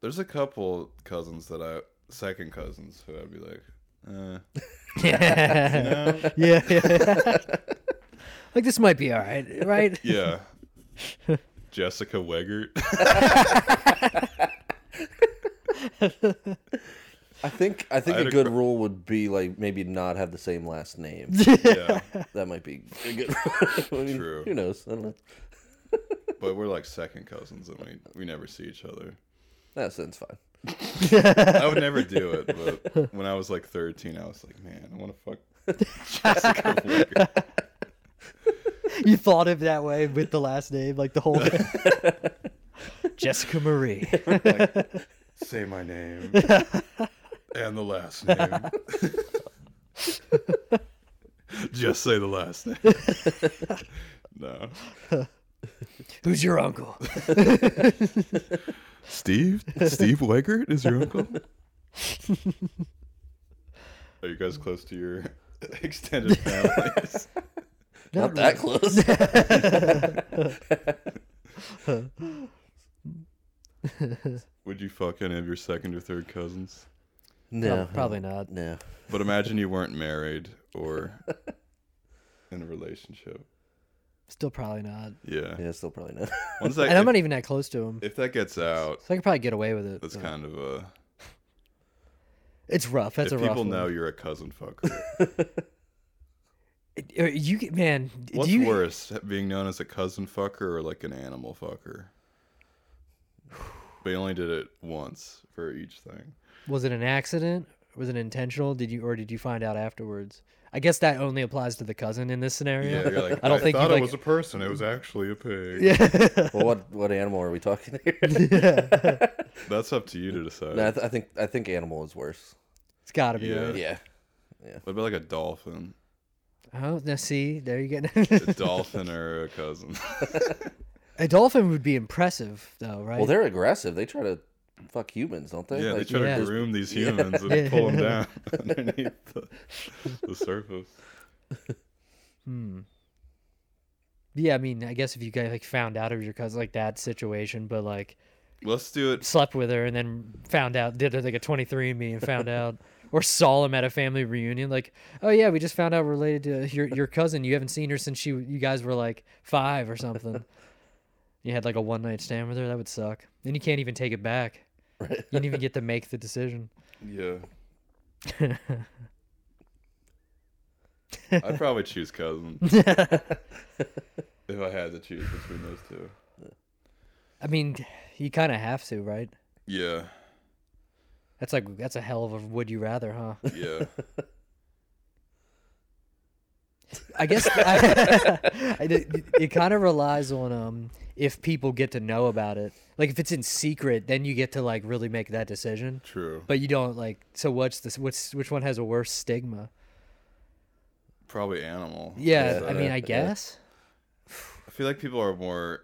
S1: There's a couple cousins that I second cousins who I'd be like, uh,
S2: yeah,
S1: no.
S2: yeah. like this might be all right, right?
S1: yeah. Jessica Wegert.
S3: I think I think
S1: I
S3: a
S1: had a
S3: good
S1: cr-
S3: rule would be like maybe not have the same last name.
S1: yeah.
S3: That might be a good. I mean,
S1: True.
S3: Who knows? I don't know.
S1: But we're like second cousins and we, we never see each other.
S3: That sounds fine.
S1: I would never do it, but when I was like 13, I was like, man, I want to fuck Jessica Wegert.
S2: you thought of that way with the last name, like the whole. Jessica Marie.
S1: Say my name and the last name. Just say the last name. no.
S2: Who's your uncle?
S1: Steve? Steve Wegert is your uncle? Are you guys close to your extended families?
S3: Not, that close.
S1: Would you fuck any of your second or third cousins?
S3: no,
S2: probably not.
S3: No.
S1: But imagine you weren't married or in a relationship.
S2: Still probably not.
S1: Yeah.
S3: Yeah, still probably not.
S1: Once that,
S2: And I'm
S1: if,
S2: not even that close to him,
S1: if that gets out,
S2: so I could probably get away with it.
S1: that's
S2: but-
S1: kind of a.
S2: It's rough. That's
S1: if
S2: a rough.
S1: people
S2: one.
S1: know you're a cousin fucker,
S2: It- uh, you get- man. do
S1: what's
S2: you-
S1: worse, being known as a cousin fucker or like an animal fucker? They only did it once for each thing.
S2: Was it an accident? Was it intentional? Did you or did you find out afterwards? I guess that only applies to the cousin in this scenario.
S1: Yeah, you're like,
S2: I don't think
S1: thought
S2: you
S1: it
S2: like. Mm.
S1: was a person. It was actually a pig.
S3: well, what what animal are we talking here?
S1: That's up to you to decide.
S3: no, I, th- I think I think animal is worse.
S2: it's got to be.
S1: Yeah.
S2: Right?
S3: Yeah.
S1: what about like a dolphin?
S2: Oh, now see, there you go.
S1: A dolphin or a cousin?
S2: a dolphin would be impressive, though, right?
S3: Well, they're aggressive. They try to fuck humans, don't they?
S1: yeah, they
S3: Like,
S1: try
S2: yeah.
S1: to groom these humans and pull them down underneath the, the surface.
S2: Hmm. yeah, I mean, I guess if you guys like found out of your cousin like that situation, but like
S1: Let's do it.
S2: slept with her and then found out did like a 23andme and found out or saw him at a family reunion like oh yeah we just found out related to your your cousin you haven't seen her since she you guys were like five or something you had like a one night stand with her that would suck then you can't even take it back you didn't even get to make the decision
S1: Yeah. I'd probably choose cousin if I had to choose between those two.
S2: i mean you kind of have to right
S1: Yeah,
S2: that's like that's a hell of a would you rather huh
S1: yeah.
S2: I guess I, I- it, it kind of relies on um if people get to know about it. Like if it's in secret, then you get to like really make that decision.
S1: True.
S2: But you don't like. So what's this? What's which one has a worse stigma?
S1: Probably animal.
S2: Yeah,
S1: Is
S2: I
S1: that
S2: mean,
S1: it?
S2: I guess
S1: I feel like people are more.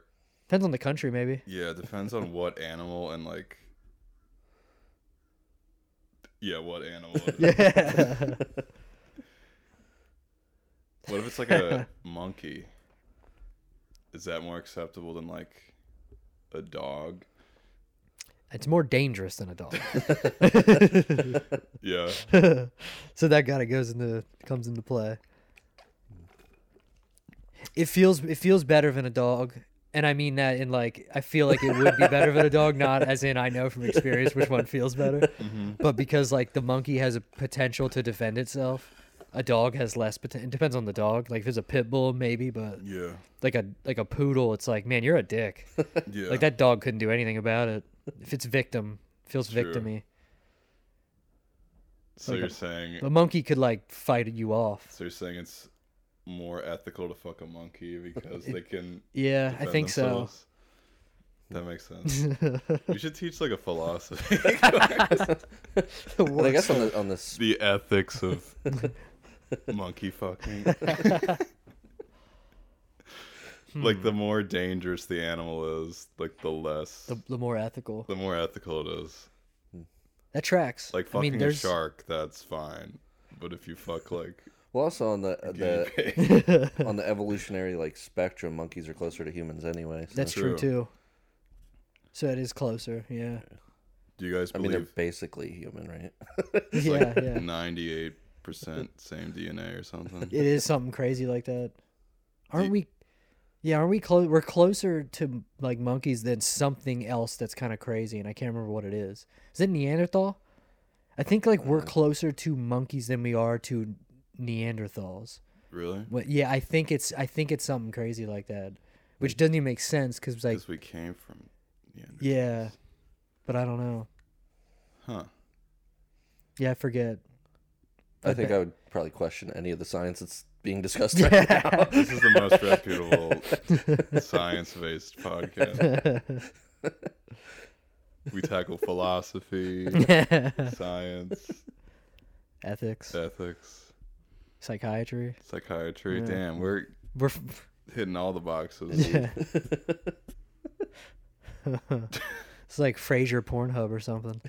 S2: depends on the country, maybe.
S1: Yeah, it depends on what animal and like. Yeah, what animal? it is.
S2: Yeah.
S1: What if it's like a monkey? Is that more acceptable than like a dog?
S2: it's more dangerous than a dog.
S1: Yeah.
S2: so that kind of goes into comes into play. It feels it feels better than a dog, and I mean that in like I feel like it would be better than a dog, not as in I know from experience which one feels better,
S1: Mm-hmm.
S2: but because like the monkey has a potential to defend itself, a dog has less potential. Depends on the dog. Like if it's a pit bull, maybe, but
S1: Yeah.
S2: like a like a poodle, it's like man, you're a dick.
S1: Yeah.
S2: Like that dog couldn't do anything about it. If it's victim, feels
S1: True.
S2: victimy.
S1: So
S2: like
S1: you're
S2: a-
S1: saying
S2: A monkey could like fight you off.
S1: So you're saying it's more ethical to fuck a monkey because they can.
S2: Yeah, I
S1: defend
S2: think so.
S1: themselves. That makes sense. we should teach like a philosophy,
S3: And I guess on the on this
S1: the ethics of monkey fucking. like the more dangerous the animal is, like the less,
S2: Hmm. the,
S1: the,
S2: the more ethical.
S1: more ethical it is.
S2: That tracks.
S1: Like
S2: I
S1: fucking
S2: mean,
S1: a
S2: there's
S1: shark, that's fine. But if you fuck like
S3: well also on the the
S1: guinea pig-
S3: on the evolutionary like spectrum, monkeys are closer to humans anyway. So.
S2: that's true.
S1: true.
S2: too. So it is closer. Yeah.
S1: do you guys
S3: I mean, they're
S1: believe
S3: basically human, right?
S2: Yeah, yeah.
S1: ninety-eight percent same DNA or something?
S2: It is something crazy like that. Aren't we? Yeah, aren't we close? We're closer to like monkeys than something else that's kind of crazy, and I can't remember what it is. Is it Neanderthal? I think like
S1: Uh.
S2: we're closer to monkeys than we are to Neanderthals.
S1: Really?
S2: But yeah, I think it's I think it's something crazy like that, which doesn't even make sense because like
S1: Because we came from Neanderthal.
S2: yeah, but I don't know.
S1: Huh.
S2: Yeah, I forget.
S3: I
S2: I'd
S3: think
S2: bet-
S3: I would probably question any of the science that's being discussed right
S2: Yeah.
S1: This is the most reputable science based podcast. We tackle philosophy, science,
S2: Ethics,
S1: ethics,
S2: psychiatry.
S1: psychiatry.
S2: Yeah.
S1: Damn, we're
S2: We're f-
S1: hitting all the boxes.
S2: it's like Frasier Pornhub or something.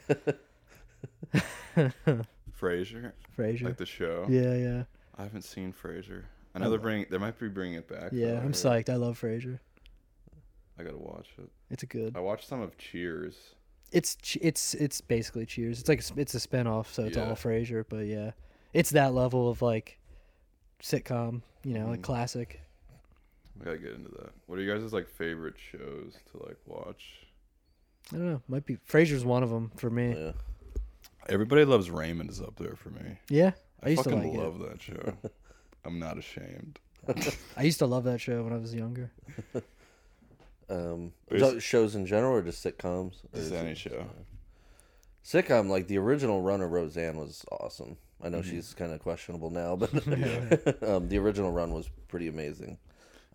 S1: Frasier,
S2: Frasier.
S1: like the show.
S2: Yeah, yeah,
S1: I haven't seen Frasier. I know they're bringing. They might be bringing it back.
S2: yeah.
S1: though, I
S2: I'm
S1: heard.
S2: psyched. I love Frasier.
S1: I gotta watch it.
S2: It's a good.
S1: I watched some of Cheers.
S2: It's ch- it's it's basically Cheers. It's like a s- it's a spinoff, so it's
S1: Yeah.
S2: all Frasier. But yeah, it's that level of like sitcom. You know,
S1: Mm.
S2: like classic.
S1: We gotta get into that. What are you guys' like favorite shows to like watch?
S2: I don't know. Might be Frasier's one of them for me.
S3: now.
S1: Everybody loves Raymond is up there for me.
S2: Yeah, I,
S1: I,
S2: used to
S1: fucking
S2: like it.
S1: love that show. I'm not ashamed.
S2: I used to love that show when I was younger.
S3: Yeah. Um,
S1: Is-
S3: so shows in general or just sitcoms? Or
S1: Just
S3: is it-
S1: any show.
S3: Sitcom like the original run of Roseanne was awesome. I
S2: Mm-hmm.
S3: know she's kind of questionable now, but um, the original run was pretty amazing.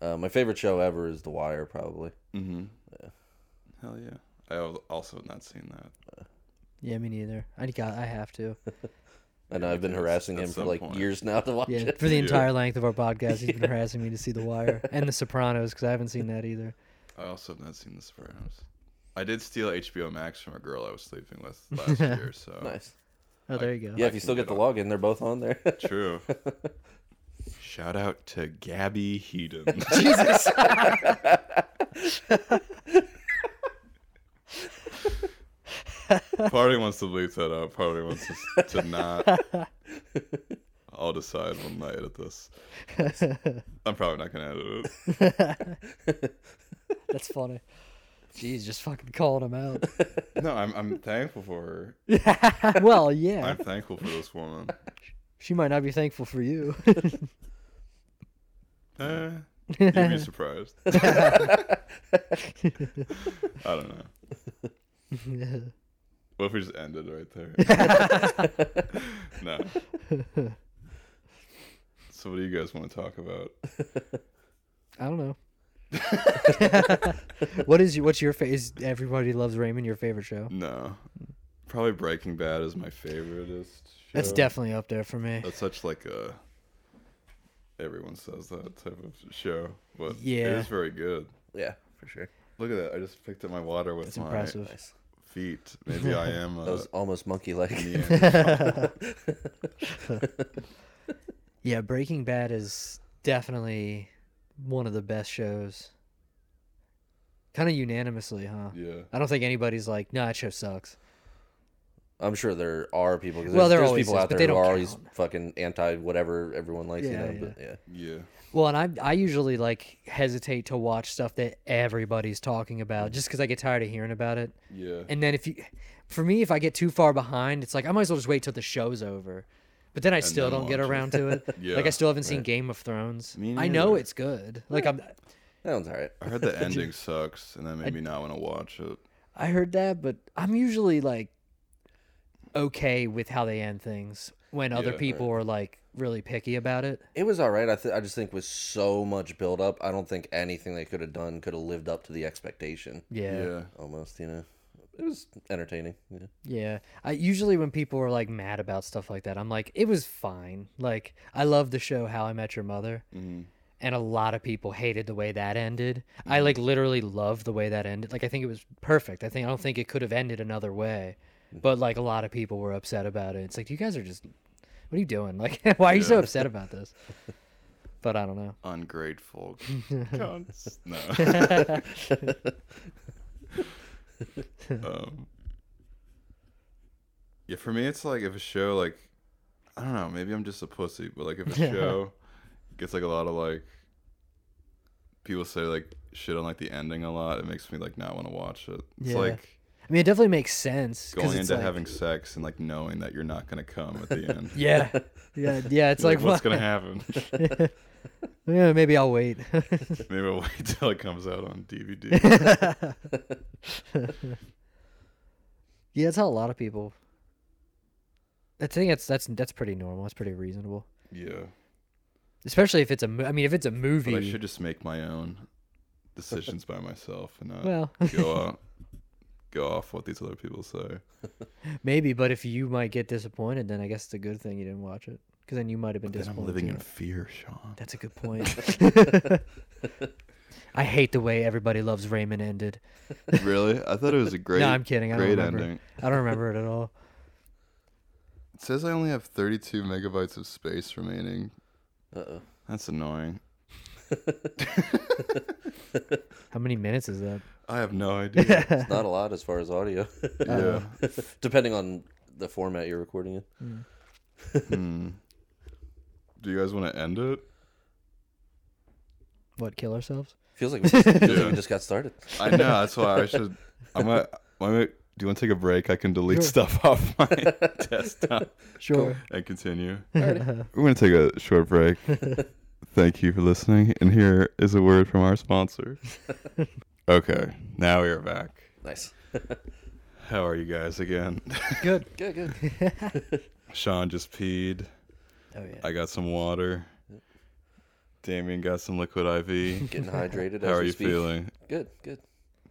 S3: Uh, my favorite show ever is The Wire, probably.
S1: Mm-hmm. Hell yeah. I al- also have not seen that.
S2: Yeah, me neither. I got. I have to.
S3: I know I've been
S1: it's-
S3: harassing
S1: at
S3: him for
S1: some
S3: like
S1: point.
S3: years now to watch
S2: Yeah,
S3: it.
S2: for the entire length of our podcast, he's been harassing me to see The Wire and The Sopranos because I haven't seen that either.
S1: I also have not seen The Sopranos. I did steal HBO Max from a girl I was sleeping with last year, so
S3: Nice.
S2: Oh, there you go.
S3: Yeah, if
S1: can
S3: you still get
S1: get
S3: the login, they're both on there.
S1: true. Shout out to Gabby Heaton.
S2: Jesus.
S1: Party wants to bleep that out. Party wants us to not. I'll decide one night at this. I'm probably not gonna edit it.
S2: That's funny. Jeez, just fucking calling him out.
S1: No, I'm I'm thankful for her.
S2: well, yeah.
S1: I'm thankful for this woman.
S2: She might not be thankful for you.
S1: Eh, you'd be surprised. I don't know. What if we just ended right there? no. So, what do you guys want to talk about?
S2: I don't know. what is your what's your fa- is everybody loves Raymond your favorite show?
S1: No, probably Breaking Bad is my favorite. Show.
S2: That's definitely up there for me.
S1: That's such like a everyone says that type of show, but it
S2: Yeah.
S1: is very good.
S3: yeah, for sure.
S1: Look at that! I just picked up my water with
S2: It's
S1: my
S2: impressive.
S3: Nice.
S1: feet. Maybe I am.
S3: That
S1: Uh,
S3: was almost monkey like.
S2: Yeah, Breaking Bad is definitely one of the best shows. Kind of unanimously, huh?
S1: yeah.
S2: I don't think anybody's like, no, that show sucks.
S3: I'm sure there are people. 'cause
S2: Well, there
S3: there's, there's
S2: always
S3: people
S2: is,
S3: out
S2: but
S3: there
S2: they
S3: who
S2: don't
S3: are always
S2: count.
S3: fucking anti whatever everyone likes.
S2: Yeah,
S3: you know,
S2: yeah.
S3: But, yeah.
S1: Yeah.
S2: Well, and I I usually like hesitate to watch stuff that everybody's talking about just because I get tired of hearing about it.
S1: Yeah.
S2: And then if you, for me, if I get too far behind, it's like I might as well just wait till the show's over. But then I still
S1: then
S2: don't get
S1: watch it.
S2: around to it. Like I
S1: Yeah,
S2: still haven't seen Game of Thrones.
S1: Me
S2: I know
S1: neither.
S2: it's good. Like I'm,
S3: That one's all right.
S1: I heard the ending sucks, and that made me not want to watch it.
S2: I heard that, but I'm usually like, okay with how they end things when other
S1: Yeah.
S2: people are like really picky about it.
S3: It was all right. I, th- I just think with so much build up, I don't think anything they could have done could have lived up to the expectation.
S2: Yeah. Yeah.
S1: yeah.
S3: Almost, you know, it was entertaining. Yeah.
S2: I usually when people are like mad about stuff like that, I'm like it was fine. Like I love the show How I Met Your Mother.
S1: Mhm.
S2: And a lot of people hated the way that ended.
S1: Mm-hmm.
S2: I like literally love the way that ended. Like I think it was perfect. I think I don't think it could have ended another way.
S1: Mm-hmm.
S2: But like a lot of people were upset about it. It's like you guys are just what are you doing? Like why are you so
S1: Yeah.
S2: upset about this? But I don't know.
S1: Ungrateful. cunts. no. um, yeah, for me, it's like if a show like I don't know, maybe I'm just a pussy, but like if a show gets like a lot of like people say like shit on like the ending a lot, it makes me like not want to watch it. It's
S2: Yeah.
S1: like
S2: I mean, it definitely makes sense. 'cause
S1: going
S2: it's
S1: into
S2: like-
S1: having sex and like knowing that you're not gonna come at the end.
S2: Yeah, yeah, yeah. It's
S1: You're
S2: like,
S1: what's
S2: what?
S1: gonna happen?
S2: yeah, maybe I'll wait.
S1: Maybe I'll wait till it comes out on DVD.
S2: yeah, that's how a lot of people. I think that's that's that's pretty normal. That's pretty reasonable,
S1: yeah,
S2: especially if it's a. mo- I mean, if it's a
S1: but I
S2: movie.
S1: should just make my own decisions by myself and not
S2: Well,
S1: go out, go off what these other people say.
S2: maybe, but if you might get disappointed, then I guess it's a good thing you didn't watch it, because then you might have been
S1: Then I'm
S2: disappointed.
S1: living
S2: too.
S1: in fear, Sean.
S2: That's a good point. I hate the way everybody loves Raymond ended.
S1: really? I thought it was a great.
S2: no, I'm kidding. I don't
S1: great
S2: remember.
S1: ending.
S2: I don't remember it at all.
S1: It says I only have 32 megabytes of space remaining.
S3: Uh oh.
S1: That's annoying.
S2: How many minutes is that?
S1: I have no idea.
S3: It's not a lot as far as audio,
S1: yeah.
S3: depending on the format you're recording in.
S2: Mm.
S1: Hmm. Do you guys want to end it?
S2: What kill ourselves?
S3: Feels like we just, feels like
S1: Yeah.
S3: we just got started.
S1: I know. That's why I should. I'm gonna. I'm gonna do you want to take a break? I can delete stuff off my desktop
S2: Sure.
S1: and continue. We're going to take a short break. Thank you for listening. And here is a word from our sponsor. okay, now we are back.
S3: Nice.
S1: How are you guys again?
S2: Good.
S3: Good, good.
S1: Sean just peed.
S2: Oh yeah.
S1: I got some water. Damien got some liquid IV.
S3: Getting hydrated.
S1: How
S3: as
S1: are
S3: we
S1: you
S3: speak.
S1: feeling?
S3: Good, good.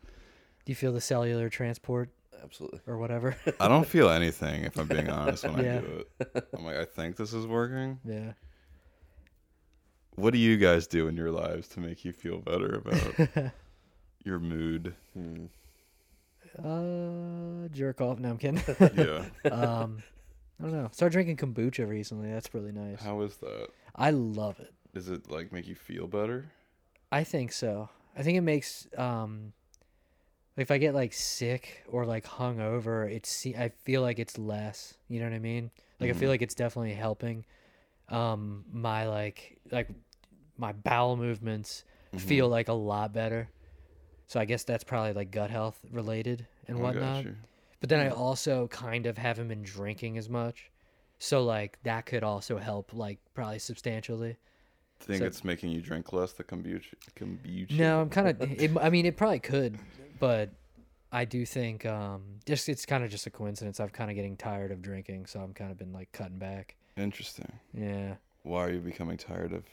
S2: Do you feel the cellular transport
S3: Absolutely.
S2: or whatever?
S1: I don't feel anything if I'm being honest when
S2: Yeah.
S1: I do it. I'm like, I think this is working.
S2: yeah.
S1: What do you guys do in your lives to make you feel better about your mood?
S3: Hmm.
S2: Uh, jerk off. No, I'm kidding.
S1: Yeah.
S2: um, I don't know. Started drinking kombucha recently. That's really nice.
S1: How is that?
S2: I love it.
S1: Does it like make you feel better?
S2: I think so. I think it makes um, if I get like sick or like hungover, it's se- I feel like it's less. You know what I mean? Like
S1: Mm.
S2: I feel like it's definitely helping. Um, my like like my bowel movements
S1: Mm-hmm.
S2: feel like a lot better. So I guess that's probably like gut health related and
S1: I got
S2: whatnot.
S1: you.
S2: But then I also kind of haven't been drinking as much. So like that could also help like probably substantially.
S1: Think
S2: So-
S1: it's making you drink less the kombucha? kombucha.
S2: No, I'm kind of. I mean, it probably could, but I do think um, just it's kind of just a coincidence. I'm kind of getting tired of drinking, so I'm kind of been like cutting back.
S1: Interesting.
S2: Yeah,
S1: Why are you becoming tired of?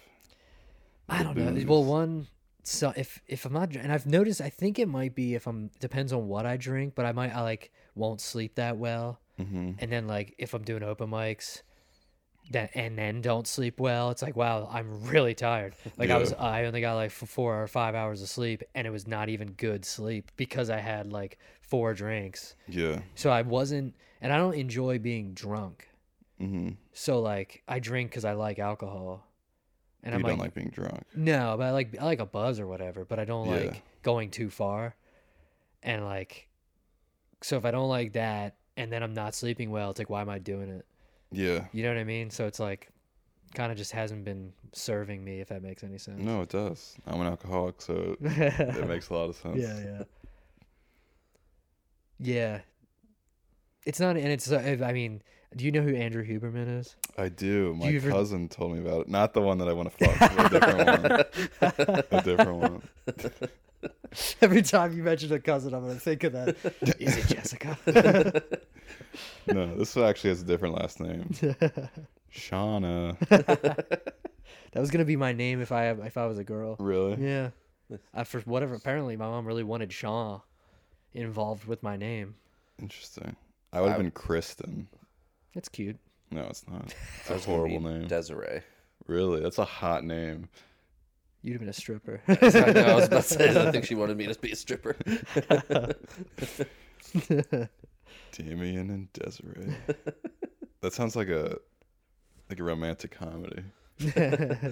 S2: I
S1: The
S2: don't know.
S1: booze.
S2: Well, one, so if if I'm not, dr- and I've noticed, I think it might be if I'm depends on what I drink, but I might I like won't sleep that well,
S1: Mm-hmm.
S2: and then like if I'm doing open mics. That, and then don't sleep well. It's like wow, I'm really tired. Like I
S1: Yeah.
S2: was, I only got like f- four or five hours of sleep, and it was not even good sleep because I had like four drinks.
S1: Yeah.
S2: So I wasn't, and I don't enjoy being drunk.
S1: Mm-hmm.
S2: So like I drink because I like alcohol, and
S1: you
S2: I'm
S1: don't
S2: like,
S1: like being drunk.
S2: no, but I like I like a buzz or whatever, but I don't
S1: Yeah.
S2: like going too far, and like, so if I don't like that, and then I'm not sleeping well, it's like why am I doing it?
S1: Yeah.
S2: You know what I mean? So it's like, kind of just hasn't been serving me if that makes any sense.
S1: No, it does. I'm an alcoholic, so it makes a lot of sense.
S2: yeah, yeah. Yeah. It's not, and it's, uh, I mean, do you know who Andrew Huberman is?
S1: I do. My
S2: you ever-
S1: cousin told me about it. Not the one that I want to fuck. but a different one. A different one.
S2: Every time you mention a cousin, I'm going to think of that. Is it Jessica?
S1: no, this one actually has a different last name. Shauna.
S2: that was gonna be my name if I if I was a girl.
S1: Really?
S2: Yeah. I, for whatever, apparently my mom really wanted Shaw involved with my name.
S1: Interesting. I would have been Kristen.
S2: That's cute.
S1: No, it's not. It's
S3: I
S1: a
S3: was gonna be
S1: horrible name.
S3: Desiree.
S1: really? That's a hot name.
S2: You'd have been a stripper.
S3: I, know, I was about to say. I think she wanted me to be a stripper.
S1: Damien and Desiree. that sounds like a like a romantic comedy.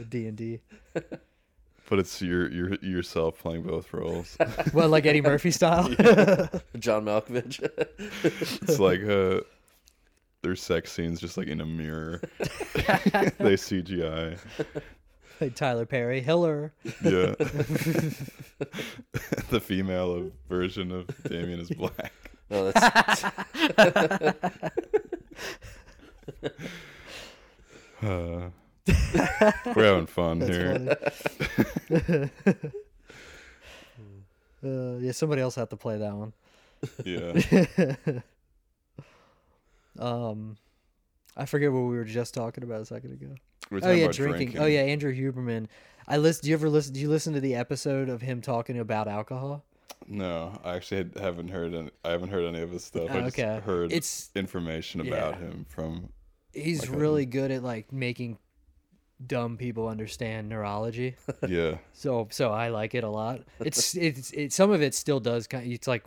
S2: D and D.
S1: But it's your your yourself playing both roles.
S2: Well, like Eddie Murphy style.
S3: John Malkovich.
S1: it's like uh their sex scenes just like in a mirror. they CGI.
S2: like Tyler Perry, Hiller.
S1: Yeah. the female of- version of Damien is black.
S3: no, that's
S1: Uh, we're having fun
S2: That's
S1: here.
S2: funny. uh, yeah, somebody else had to play that one.
S1: Yeah.
S2: um, I forget what we were just talking about a second ago.
S1: We were
S2: Oh
S1: talking
S2: yeah,
S1: about
S2: drinking. Oh yeah, Andrew Huberman. I list. Do you ever listen? Do you listen to the episode of him talking about alcohol?
S1: No, I actually had- haven't heard any. I haven't heard any of his stuff. I
S2: Oh,
S1: just
S2: okay.
S1: heard
S2: It's
S1: information about
S2: yeah.
S1: him from.
S2: he's
S1: Like a-
S2: really good at like making dumb people understand neurology.
S1: Yeah,
S2: So so I like it a lot. It's it's it, some of it still does kind. It's like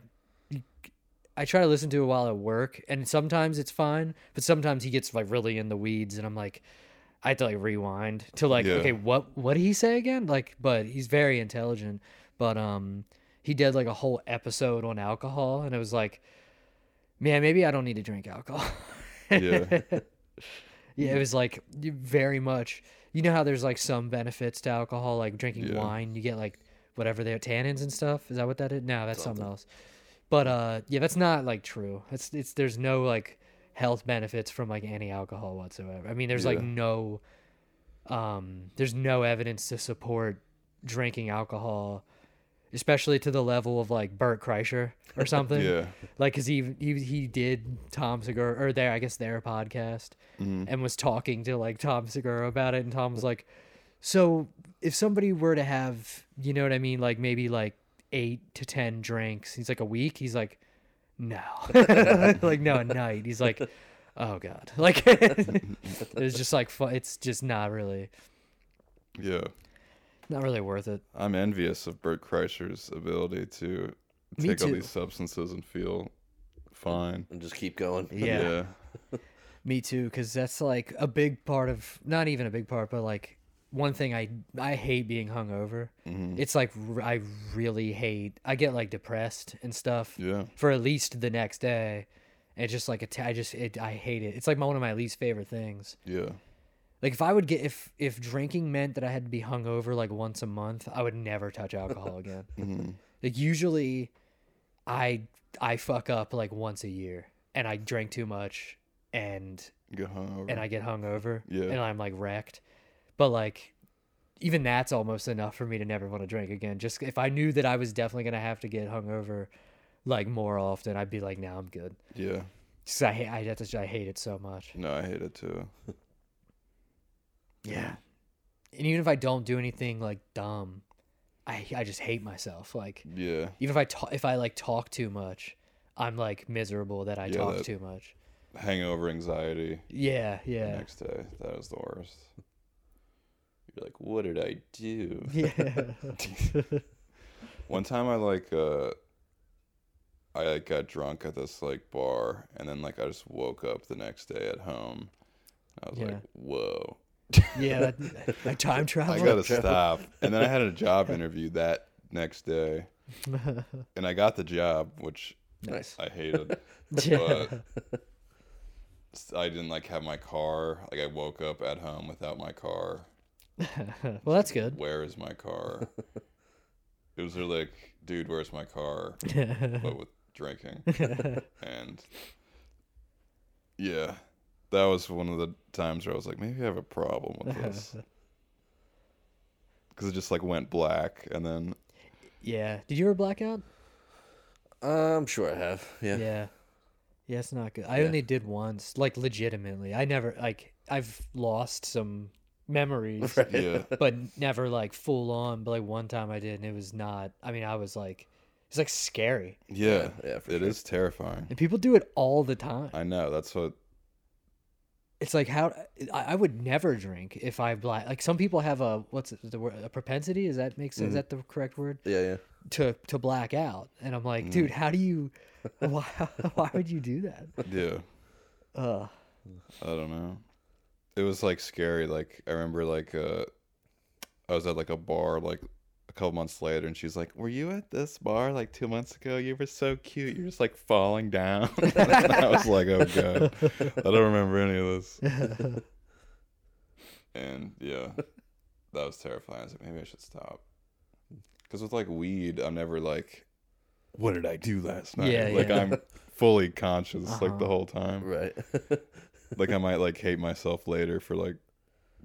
S2: I try to listen to it while at work, and sometimes it's fine, but sometimes he gets like really in the weeds, and I'm like, I have to like rewind to like
S1: Yeah.
S2: okay, what what did he say again? Like, but he's very intelligent. But um, he did like a whole episode on alcohol, and it was like, man, maybe I don't need to drink alcohol.
S1: yeah, Mm.
S2: Yeah, it was like you- very much. You know how there's like some benefits to alcohol, like drinking
S1: Yeah.
S2: wine, you get like whatever they are tannins and stuff. Is that what that is? No, that's something else. But uh, yeah, that's not like true. It's it's there's no like health benefits from like any alcohol whatsoever. I mean, there's like
S1: Yeah.
S2: no, um, there's no evidence to support drinking alcohol, especially to the level of like Bert Kreischer or something
S1: yeah.
S2: like because he, he he did Tom Segura or their I guess their podcast and was talking to like Tom Segura about it, and Tom was like, "So if somebody were to have, you know what I mean, like maybe like eight to ten drinks, he's like a week, he's like, no, like no a night, he's like, oh god, like it's just like fu- it's just not really
S1: Yeah,
S2: not really worth it.
S1: I'm envious of Bert Kreischer's ability to
S2: Me
S1: take all
S2: too.
S1: these substances and feel fine.
S3: and just keep going.
S2: Yeah. Me too, because that's like a big part of not even a big part, but like one thing I I hate being hungover. It's like r- I really hate. I get like depressed and stuff
S1: yeah,
S2: for at least the next day. It just like atta- I just it, I hate it. It's like my, one of my least favorite things.
S1: yeah, yeah.
S2: Like if I would get if if drinking meant that I had to be hungover like once a month, I would never touch alcohol again. Like usually, I I fuck up like once a year, and I drink too much, and
S1: Get hungover.
S2: and I get hungover,
S1: Yeah.
S2: and I'm like wrecked. But like, even that's almost enough for me to never want to drink again. Just if I knew that I was definitely gonna have to get hungover, like more often, I'd be like, now I'm good.
S1: yeah.
S2: Just I hate, I that's I hate it so much.
S1: No, I hate it too.
S2: Yeah. And even if I don't do anything like dumb, I I just hate myself. Like
S1: Yeah,
S2: even if I ta- if I like talk too much, I'm like miserable that I
S1: Yeah,
S2: talk
S1: that-
S2: too much.
S1: hangover anxiety
S2: Yeah,
S1: the
S2: yeah,
S1: next day. That is the worst. You're like, what did I do?
S2: yeah.
S1: One time I like uh I like got drunk at this like bar and then like I just woke up the next day at home. I was
S2: Yeah.
S1: like, "Whoa.
S2: yeah, that, like time travel.
S1: I got to stop." And then I had a job interview that next day and I got the job, which
S3: Nice.
S1: I hated. uh,
S2: Yeah.
S1: S- I didn't like have my car. Like I woke up at home without my car.
S2: well, that's good.
S1: Where is my car? It was really like, "Dude, where's my car?" but with drinking. and yeah, that was one of the times where I was like, maybe I have a problem with this. Because it just like went black, and then
S2: yeah. Did you ever blackout?
S3: I'm sure I have. Yeah.
S2: Yeah. Yeah, it's not good. I
S3: Yeah.
S2: only did once, like legitimately. I never like I've lost some memories,
S3: Right.
S1: Yeah.
S2: but never like full on. But like one time I did, and it was not. I mean, I was like, it's like scary,
S1: Yeah, it is
S3: yeah, for sure.
S1: terrifying.
S2: and people do it all the time.
S1: I know. That's what.
S2: It's like how I, I would never drink if I black. Like some people have a what's it- the word a propensity. Is that makes sense?
S3: Mm-hmm.
S2: Is that the correct word
S3: Yeah, yeah.
S2: to to black out? And I'm like,
S1: Mm.
S2: dude, how do you? Why why would you do that?
S1: Yeah,
S2: Uh,
S1: I don't know. It was like scary. Like I remember, like uh, I was at like a bar like a couple months later, and she's like, "Were you at this bar like two months ago? You were so cute. You're just like falling down." And I was like, "Oh god, I don't remember any of this." And yeah, that was terrifying. I was like, maybe I should stop. Because with like weed, I'm never like, what did I do last night?
S2: Yeah,
S1: like
S2: yeah.
S1: I'm fully conscious like
S2: Uh-huh.
S1: the whole time.
S3: Right.
S1: Like I might like hate myself later for like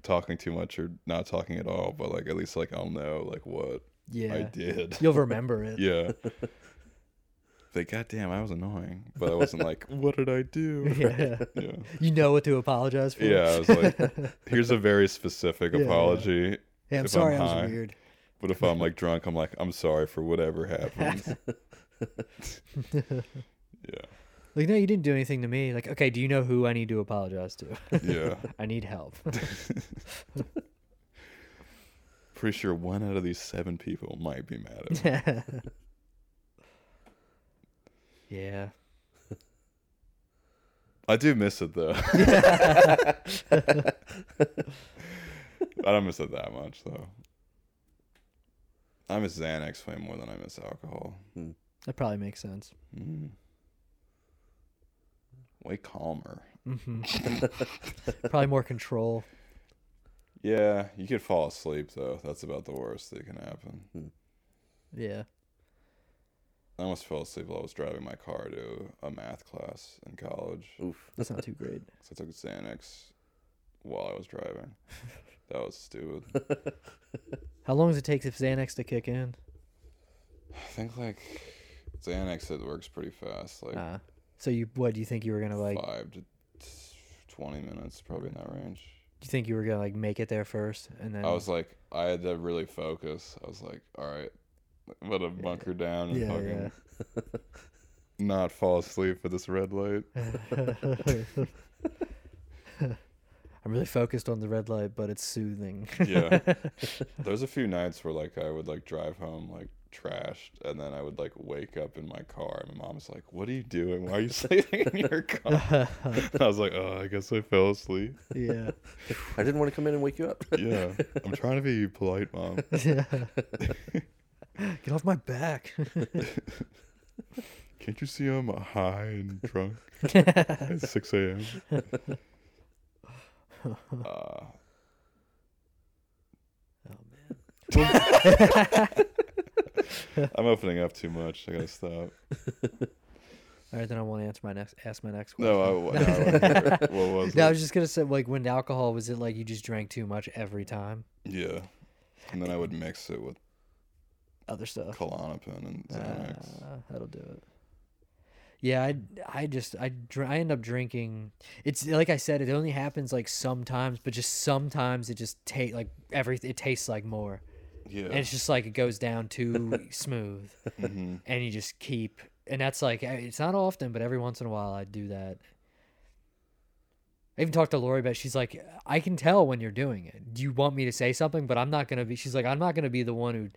S1: talking too much or not talking at all, but like at least like I'll know like what
S2: yeah,
S1: I did.
S2: you'll remember it.
S1: yeah. Like, goddamn, I was annoying. But I wasn't like, what did I do?
S2: yeah.
S1: Yeah.
S2: You know what to apologize for.
S1: Yeah, I was like, here's a very specific
S2: Yeah, yeah.
S1: apology.
S2: Hey, I'm
S1: if I'm
S2: sorry, i
S1: high.
S2: was weird.
S1: But if I'm like drunk, I'm like, I'm sorry for whatever happened. yeah.
S2: Like, no, you didn't do anything to me. Like, okay, do you know who I need to apologize to?
S1: Yeah.
S2: I need help.
S1: Pretty sure one out of these seven people might be mad at me.
S2: yeah.
S1: I do miss it though. I don't miss it that much though. I miss Xanax way more than I miss alcohol.
S2: That probably makes sense.
S1: Mm. Way calmer.
S2: hmm Mm-hmm. probably more control.
S1: Yeah, you could fall asleep though. That's about the worst that can happen.
S2: Yeah.
S1: I almost fell asleep while I was driving my car to a math class in college.
S3: Oof.
S2: That's not too great.
S1: So I took Xanax while I was driving. That was stupid.
S2: How long does it take if Xanax to kick in?
S1: I think like Xanax it works pretty fast, like
S2: Uh, so you, what do you think you were gonna like? Do
S1: five to t- twenty minutes, probably in that range.
S2: you think you were gonna like make it there first, and then
S1: I was like, I had to really focus. I was like, all right, I'm gonna bunker down and
S2: yeah,
S1: fucking
S2: yeah.
S1: not fall asleep at this red light.
S2: I'm really focused on the red light, but it's soothing.
S1: Yeah. There's a few nights where like I would like drive home like trashed and then I would like wake up in my car and my mom's like, What are you doing? Why are you sleeping in your car? I was like, Oh, I guess I fell asleep.
S2: yeah.
S3: I didn't want to come in and wake you up.
S1: Yeah. I'm trying to be polite, mom.
S2: Get off my back.
S1: Can't you see I'm high and drunk at six AM? Uh, I'm opening up too much. I gotta stop.
S2: All right, then I won't answer my next ask my next question.
S1: No, I, no, I wanna hear it. what was
S2: No, I
S1: it?
S2: was just gonna say, like, when alcohol was it like you just drank too much every time?
S1: Yeah, and then I would mix it with
S2: Other stuff.
S1: Klonopin and Xanax.
S2: Uh, that'll do it. Yeah, I, I just I dr- I end up drinking. It's like I said, it only happens like sometimes, but just sometimes it just take like everything. It tastes like more,
S1: yeah,
S2: and it's just like it goes down too smooth,
S1: hmm
S2: and you just keep. And that's like I- it's not often, but every once in a while I do that. I even talked to Lori about. it. She's like, I can tell when you're doing it. Do you want me to say something? But I'm not gonna be. She's like, I'm not gonna be the one who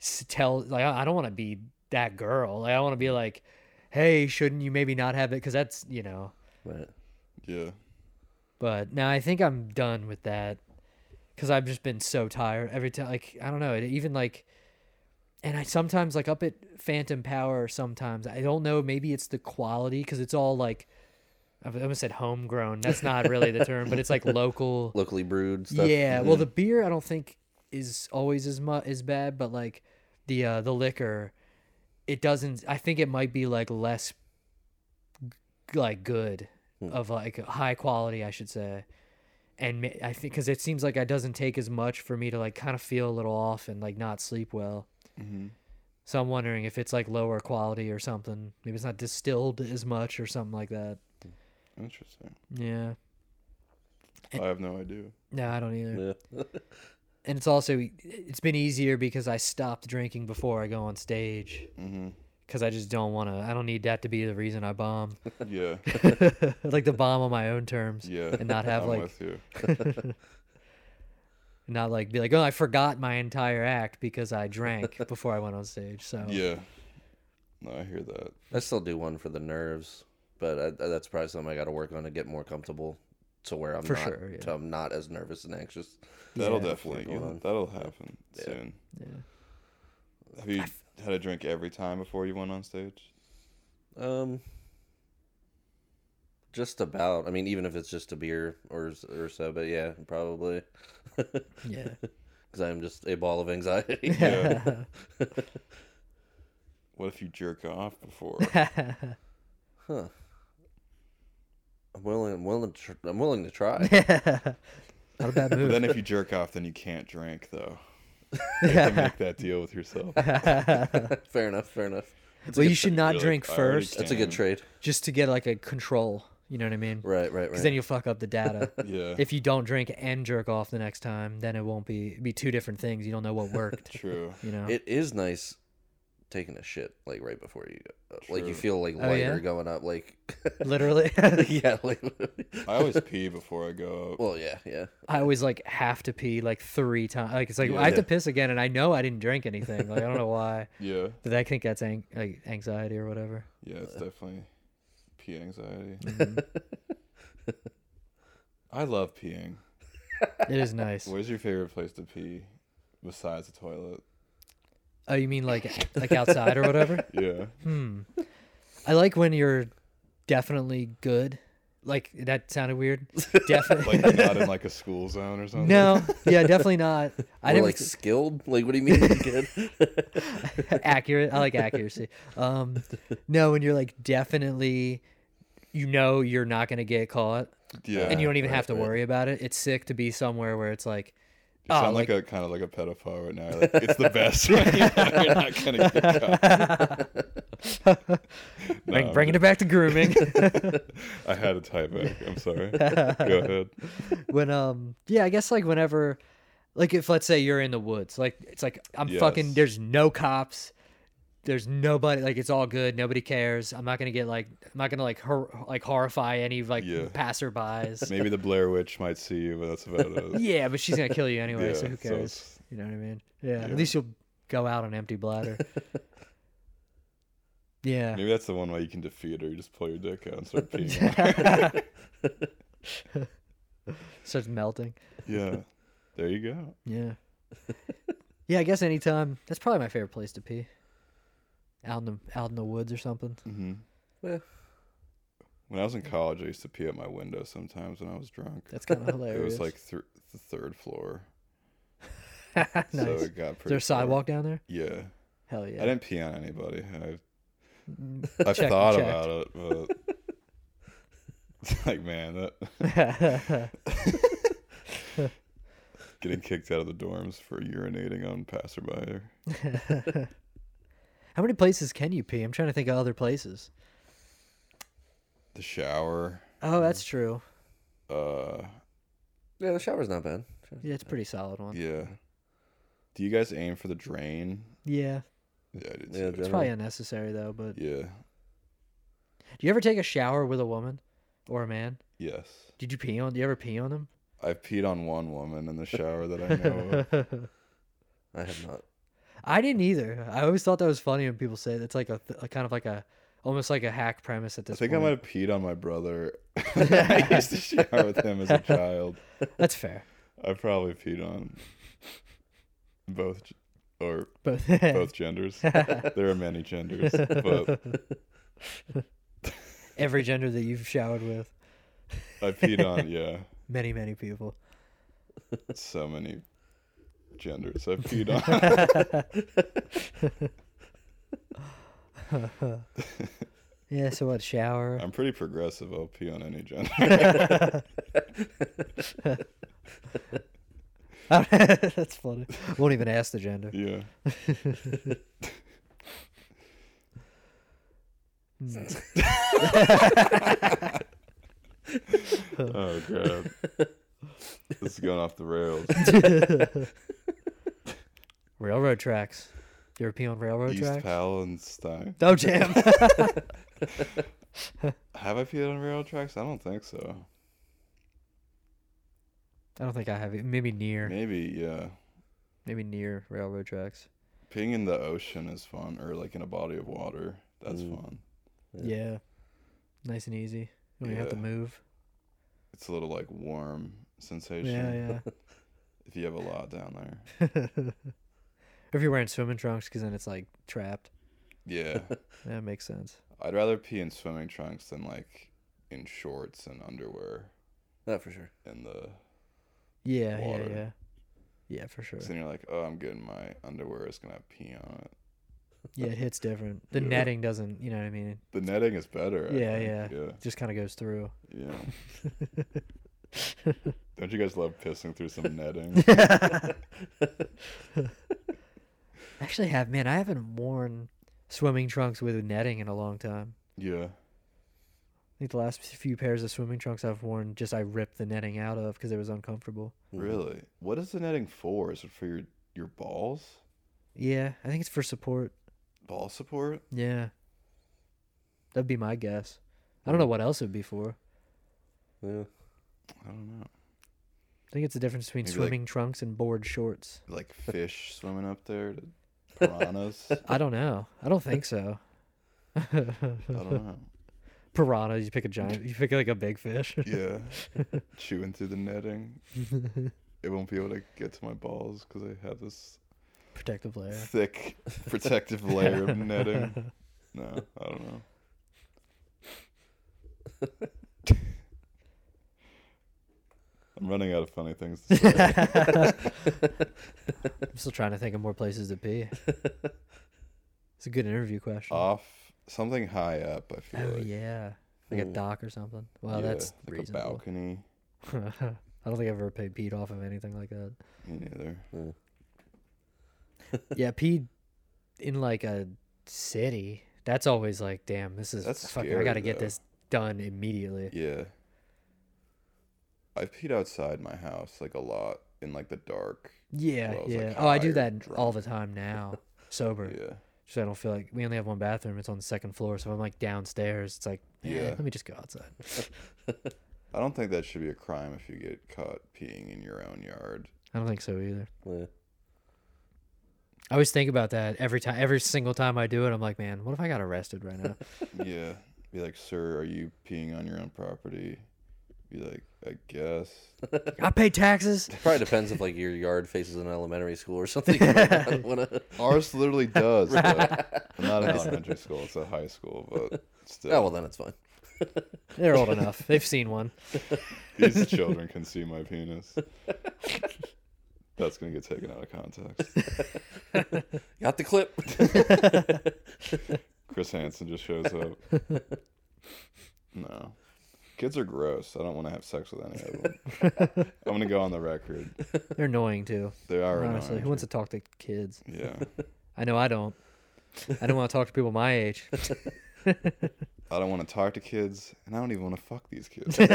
S2: s- tell like I I don't want to be that girl. Like I want to be like, hey, shouldn't you maybe not have it? Because that's you know.
S3: Right.
S1: yeah.
S2: But now I think I'm done with that because I've just been so tired every time. Like I don't know. It even like, and I sometimes like up at Phantom Power. Sometimes I don't know. Maybe it's the quality because it's all like. I've- I almost said homegrown. That's not really the term, but it's like local.
S3: Locally brewed stuff.
S2: Yeah, well, the beer I don't think is always as much as bad, but like the uh, the liquor, it doesn't. I think it might be like less, g- like good of like high quality, I should say. And ma- I think because it seems like
S1: Mm-hmm.
S2: it doesn't take as much for me to like kind of feel a little off and like not sleep well. So I'm wondering if it's like lower quality or something. Maybe it's not distilled as much or something like that.
S1: Interesting.
S2: Yeah.
S1: I have no idea.
S2: No, I don't either.
S3: Yeah.
S2: And it's also it's been easier because I stopped drinking before I go on stage
S1: Mm-hmm.
S2: because I just don't want to. I don't need that to be the reason I bomb.
S1: Yeah.
S2: I'd like to bomb on my own terms
S1: Yeah.
S2: and not have
S1: I'm
S2: like oh.
S1: with you.
S2: not like be like oh I forgot my entire act because I drank before I went on stage. So
S1: Yeah. No, I hear that.
S3: I still do one for the nerves, but I, that's probably something I got to work on to get more comfortable to where I'm
S2: For
S3: not
S2: sure, yeah.
S3: to I'm not as nervous and anxious.
S1: That'll
S2: Yeah.
S1: definitely
S3: Going on.
S1: that'll happen
S3: Yeah.
S1: soon.
S2: yeah.
S1: Have you had a drink every time before you went on stage?
S3: Um, just about. I mean, even if it's just a beer or s- or so, but yeah, probably because
S2: yeah.
S3: I'm just a ball of anxiety.
S1: Yeah. What if you jerk off before?
S3: Huh. I'm willing. I'm willing. To tr- I'm willing to try.
S2: Not a bad
S1: But
S2: move.
S1: then if you jerk off, then you can't drink though. You have to make that deal with yourself.
S3: fair enough. Fair enough.
S2: well, you should
S1: You're
S2: not
S1: like,
S2: drink
S1: "I already
S2: first
S3: That's a good
S1: can."
S3: trade.
S2: just to get like a control. You know what I mean?
S3: Right. Right.
S2: Because
S3: Right.
S2: then you'll fuck up the data.
S1: Yeah.
S2: if you don't drink and jerk off the next time, then it won't be it'd be two different things. You don't know what worked.
S1: True.
S2: You know?
S3: It is nice taking a shit like right before you, go. like
S1: True.
S3: you feel like
S2: Oh,
S3: lighter
S2: yeah?
S3: going up. Like
S2: Literally.
S3: yeah. Like
S1: I always pee before I go up.
S3: well, yeah. Yeah.
S2: I always like have to pee like three times. Like it's like
S1: Yeah.
S2: I have to piss again, and I know I didn't drink anything. Like I don't know why,
S1: Yeah.
S2: but I think that's ang- like anxiety or whatever.
S1: Yeah, it's definitely pee anxiety.
S2: Mhm. Mm-hmm.
S1: I love peeing.
S2: it is nice.
S1: Where's your favorite place to pee besides the toilet?
S2: Oh, you mean like like outside or whatever?
S1: Yeah.
S2: Hmm. I like when you're definitely good. Like that sounded weird. Definitely.
S1: Like not in like a school zone or something.
S2: no. Yeah, definitely not. I
S3: I
S2: didn't
S3: like skilled. Like what do you mean? Good.
S2: accurate. I like accuracy. Um, no, when you're like definitely, you know, you're not gonna get caught,
S1: Yeah.
S2: and you don't even
S3: right,
S2: have to
S3: right.
S2: worry about it. It's sick to be somewhere where it's like,
S1: You
S2: Oh,
S1: sound like, a kind of like a pedophile right now. Like, it's the best. You're not gonna get caught. No,
S2: bring,
S1: I'm
S2: bringing it back to grooming.
S1: just- I had a type back. I'm sorry. Go ahead.
S2: when um, yeah, I guess like whenever, like if let's say you're in the woods, like it's like I'm fucking.
S1: Yes.
S2: There's no cops. There's nobody. Like it's all good. Nobody cares. I'm not gonna get like. I'm not gonna like hor- like horrify any like
S1: Yeah.
S2: passerbys.
S1: Maybe the Blair Witch might see you, but that's about it.
S2: Yeah, but she's gonna kill you anyway, so
S1: Yeah,
S2: who
S1: so
S2: cares?
S1: it's-
S2: you know what I mean? Yeah,
S1: Yeah.
S2: At least you'll go out on empty bladder. yeah.
S1: Maybe that's the one way you can defeat her. You just pull your dick out and start peeing.
S2: Starts melting.
S1: yeah. There you go.
S2: Yeah. Yeah, I guess anytime. That's probably my favorite place to pee. Out in the out in the woods or something.
S1: hmm
S3: Yeah.
S1: When I was in college, I used to pee at my window sometimes when I was drunk.
S2: That's kind of
S1: It
S2: hilarious.
S1: was like th- the third floor.
S2: nice.
S1: So
S2: Is
S1: it got pretty.
S2: there a
S1: far.
S2: sidewalk down there?
S1: Yeah.
S2: Hell yeah.
S1: I didn't pee on anybody. I
S2: Mm,
S1: I
S2: check-
S1: thought
S2: check.
S1: about it, but it's like man, that getting kicked out of the dorms for urinating on passerby.
S2: How many places can you pee? I'm trying to think of other places.
S1: The shower.
S2: Oh,
S1: Mm.
S2: that's true.
S1: Uh,
S3: yeah. The shower's not bad.
S2: Yeah, it's a pretty solid one.
S1: yeah. Do you guys aim for the drain?
S2: Yeah.
S1: Yeah, I did.
S3: Yeah,
S1: too.
S2: It's probably unnecessary though, but
S1: yeah.
S2: do you ever take a shower with a woman or a man?
S1: Yes.
S2: Did you pee on? Do you ever pee on them?
S1: I peed on one woman in the shower that I know. of.
S3: I have not.
S2: I didn't either. I always thought that was funny when people say that's like a, th- a kind of like a almost like a hack premise at
S1: I
S2: this
S1: think I
S2: point.
S1: might have peed on my brother. I used to shower with him as a child.
S2: That's fair.
S1: I probably peed on both, g- or
S2: Both.
S1: both genders. there are many genders, but
S2: Every gender that you've showered with,
S1: I peed on yeah
S2: many many people.
S1: so many genders. I peed on.
S2: Yeah. So what? Shower.
S1: I'm pretty progressive. I'll pee on any gender.
S2: that's funny. Won't even ask the gender.
S1: yeah.
S2: Hmm.
S1: Oh god. this is going off the rails.
S2: Railroad tracks. European railroad
S1: East
S2: tracks.
S1: Palestine.
S2: Oh damn.
S1: Have I peed on rail tracks? I don't think so.
S2: I don't think I have it. Maybe near.
S1: Maybe, yeah.
S2: Maybe near railroad tracks.
S1: Peeing in the ocean is fun, or like in a body of water. That's
S3: Mm.
S1: fun.
S2: Yeah.
S3: Yeah.
S2: Nice and easy. You don't even have to
S1: Yeah.
S2: move.
S1: It's a little like warm sensation
S2: Yeah,
S1: if you have a lot down there.
S2: yeah. or if you're wearing swimming trunks, because then it's like trapped.
S1: Yeah.
S2: That makes sense.
S1: I'd rather pee in swimming trunks than like in shorts and underwear
S3: Not for sure.
S1: in the.
S2: Yeah,
S1: Water.
S2: yeah, yeah. Yeah, for sure.
S1: 'cause then you're like, oh, I'm good. My underwear is gonna have pee on it.
S2: Yeah, it hits different. The
S1: Yeah.
S2: netting doesn't, you know what I mean?
S1: The netting is better. I
S2: Yeah,
S1: think. yeah,
S2: It just kind of goes through.
S1: yeah. Don't you guys love pissing through some netting?
S2: Actually, have man, I haven't worn swimming trunks with netting in a long time.
S1: Yeah.
S2: I think the last few pairs of swimming trunks I've worn, just I ripped the netting out of because it was uncomfortable.
S1: Really? What is the netting for? Is it for your your balls?
S2: Yeah, I think it's for support.
S1: Ball support?
S2: Yeah, that'd be my guess. I don't know what else it'd be for.
S3: Yeah.
S1: I don't know.
S2: I think it's the difference between
S1: Maybe, like-
S2: swimming trunks and board shorts.
S1: Like fish swimming up there to piranhas? I
S2: I don't know. I don't think so.
S1: don't know.
S2: Piranha, you pick a giant, you pick like a big fish.
S1: Yeah. Chewing through the netting. It won't be able to get to my balls because I have this
S2: Protective layer.
S1: thick protective layer of netting. No, I don't know. I'm running out of funny things to say.
S2: I'm still trying to think of more places to pee. It's a good interview question.
S1: Off something high up, I feel
S2: oh
S1: like.
S2: yeah, like a
S3: Mm.
S2: dock or something. Well,
S1: Yeah,
S2: that's
S1: like a
S2: reasonable.
S1: balcony.
S2: I don't think I've ever paid Pete off of anything like that.
S1: Me neither.
S2: yeah, Pete in like a city. That's always like, damn, this is
S1: That's
S2: fucking. I
S1: scary,
S2: gotta get
S1: though.
S2: this done immediately.
S1: Yeah. I peed outside my house like a lot in like the dark.
S2: Yeah,
S1: Well, I was,
S2: yeah.
S1: like,
S2: oh, I do that
S1: tired,
S2: all the
S1: drunk.
S2: time now, sober.
S1: Yeah.
S2: So I don't feel like we only have one bathroom. It's on the second floor, so if I'm like downstairs. It's like, yeah,
S1: Yeah.
S2: let me just go outside.
S1: I don't think that should be a crime if you get caught peeing in your own yard.
S2: I don't think so either.
S3: Yeah.
S2: I always think about that every time, every single time I do it. I'm like, man, what if I got arrested right now?
S1: yeah. Be like, sir, are you peeing on your own property? Be like, I guess.
S2: I pay taxes.
S3: Probably depends if like your yard faces an elementary school or something. You might not wanna- Oh,
S1: Ours literally does. but not an elementary school. It's a high school, but still,
S3: Oh well, then it's fine.
S2: They're old enough. They've seen one.
S1: these children can see my penis. That's gonna get taken out of context.
S3: Got the clip.
S1: Chris Hansen just shows up. no. Kids are gross. I don't want to have sex with any of them. I'm going to go on the record.
S2: They're annoying too.
S1: They are
S2: honestly,
S1: annoying.
S2: who wants to talk to kids?
S1: Yeah.
S2: I know I don't. I don't want to talk to people my age.
S1: I don't want to talk to kids, and I don't even want to fuck these kids.
S2: You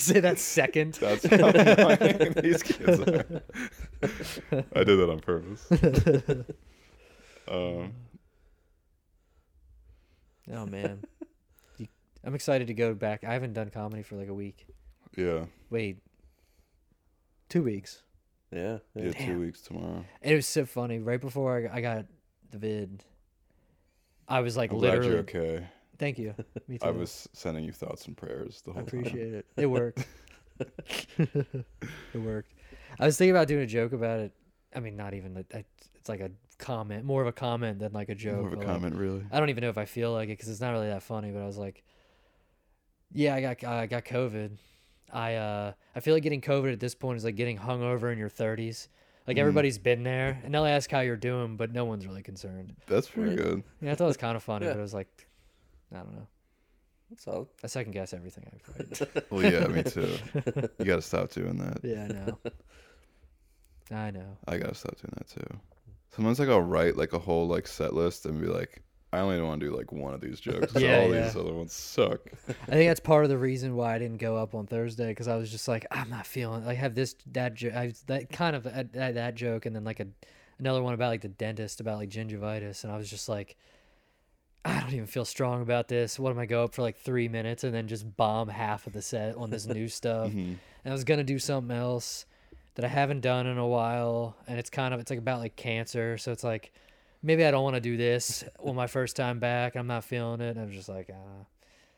S2: say that second.
S1: That's how annoying these kids are. I did that on purpose. Um,
S2: Oh man, You- I'm excited to go back. I haven't done comedy for like a week.
S1: yeah.
S2: Wait, two weeks.
S3: Yeah.
S1: Yeah,
S2: Damn.
S1: two weeks tomorrow.
S2: And it was so funny. Right before I got, I got the vid, I was like
S1: I'm glad
S2: literally.
S1: you're okay.
S2: Thank you. Me too.
S1: I was sending you thoughts and prayers the
S2: I
S1: whole time.
S2: appreciate it. It worked. it worked. I was thinking about doing a joke about it. I mean, not even that. that- It's like a comment, more of a comment than like a joke.
S1: More of a
S2: but, like,
S1: comment, really.
S2: I don't even know if I feel like it because it's not really that funny. But I was like, yeah, I got I got COVID. I uh I feel like getting COVID at this point is like getting hungover in your 30s.
S1: Mm.
S2: Like everybody's been there, and they'll ask how you're doing, but no one's really concerned.
S1: That's pretty
S3: Right.
S1: good.
S2: Yeah, I thought it was kind of funny,
S3: Yeah.
S2: but it was like, I don't know.
S3: That's all.
S2: I second guess everything I write.
S1: Well, yeah, me too. You got to stop doing that.
S2: yeah, I know. I know.
S1: I gotta stop doing that too. Sometimes like I'll write like a whole like set list and be like, I only want to do like one of these jokes. 'cause
S2: Yeah,
S1: all
S2: yeah.
S1: these other ones suck.
S2: I think that's part of the reason why I didn't go up on Thursday because I was just like, I'm not feeling. Like, have this that jo- I that kind of uh, that, that joke, and then like a another one about like the dentist about like gingivitis, and I was just like, I don't even feel strong about this. What am I go up for like three minutes and then just bomb half of the set on this new stuff?
S1: Mm-hmm.
S2: And I was gonna do something else that I haven't done in a while, and it's kind of it's like about like cancer, so it's like. Maybe I don't want to do this on my first time back. I'm not feeling it. And I'm just like, ah.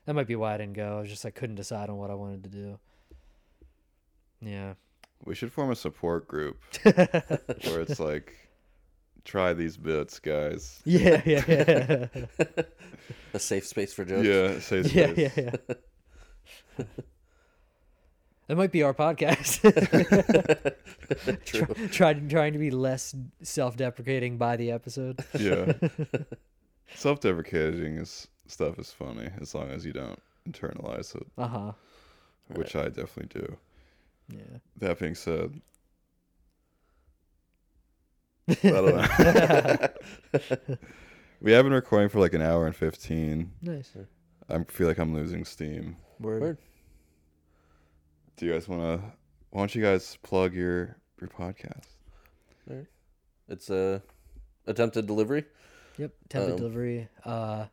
S2: That might be why I didn't go. I was just like couldn't decide on what I wanted to do. Yeah.
S1: We should form a support group where it's like, try these bits, guys.
S2: Yeah, yeah, yeah.
S3: A safe space for jokes.
S1: Yeah, say
S2: yeah, yeah, yeah. That might be our podcast.
S3: True.
S2: Try- trying trying to be less self-deprecating by the episode.
S1: yeah. Self-deprecating is stuff is funny as long as you don't internalize it,
S2: Uh-huh.
S1: which I definitely do.
S2: Yeah.
S1: That being said, I don't know. we have been recording for like an hour and fifteen.
S2: Nice.
S1: I feel like I'm losing steam.
S2: Word.
S3: Word.
S1: Do you guys want to? Why don't you guys plug your your podcast?
S3: It's a attempted delivery.
S2: Yep. Template
S3: Um,
S2: delivery. Uh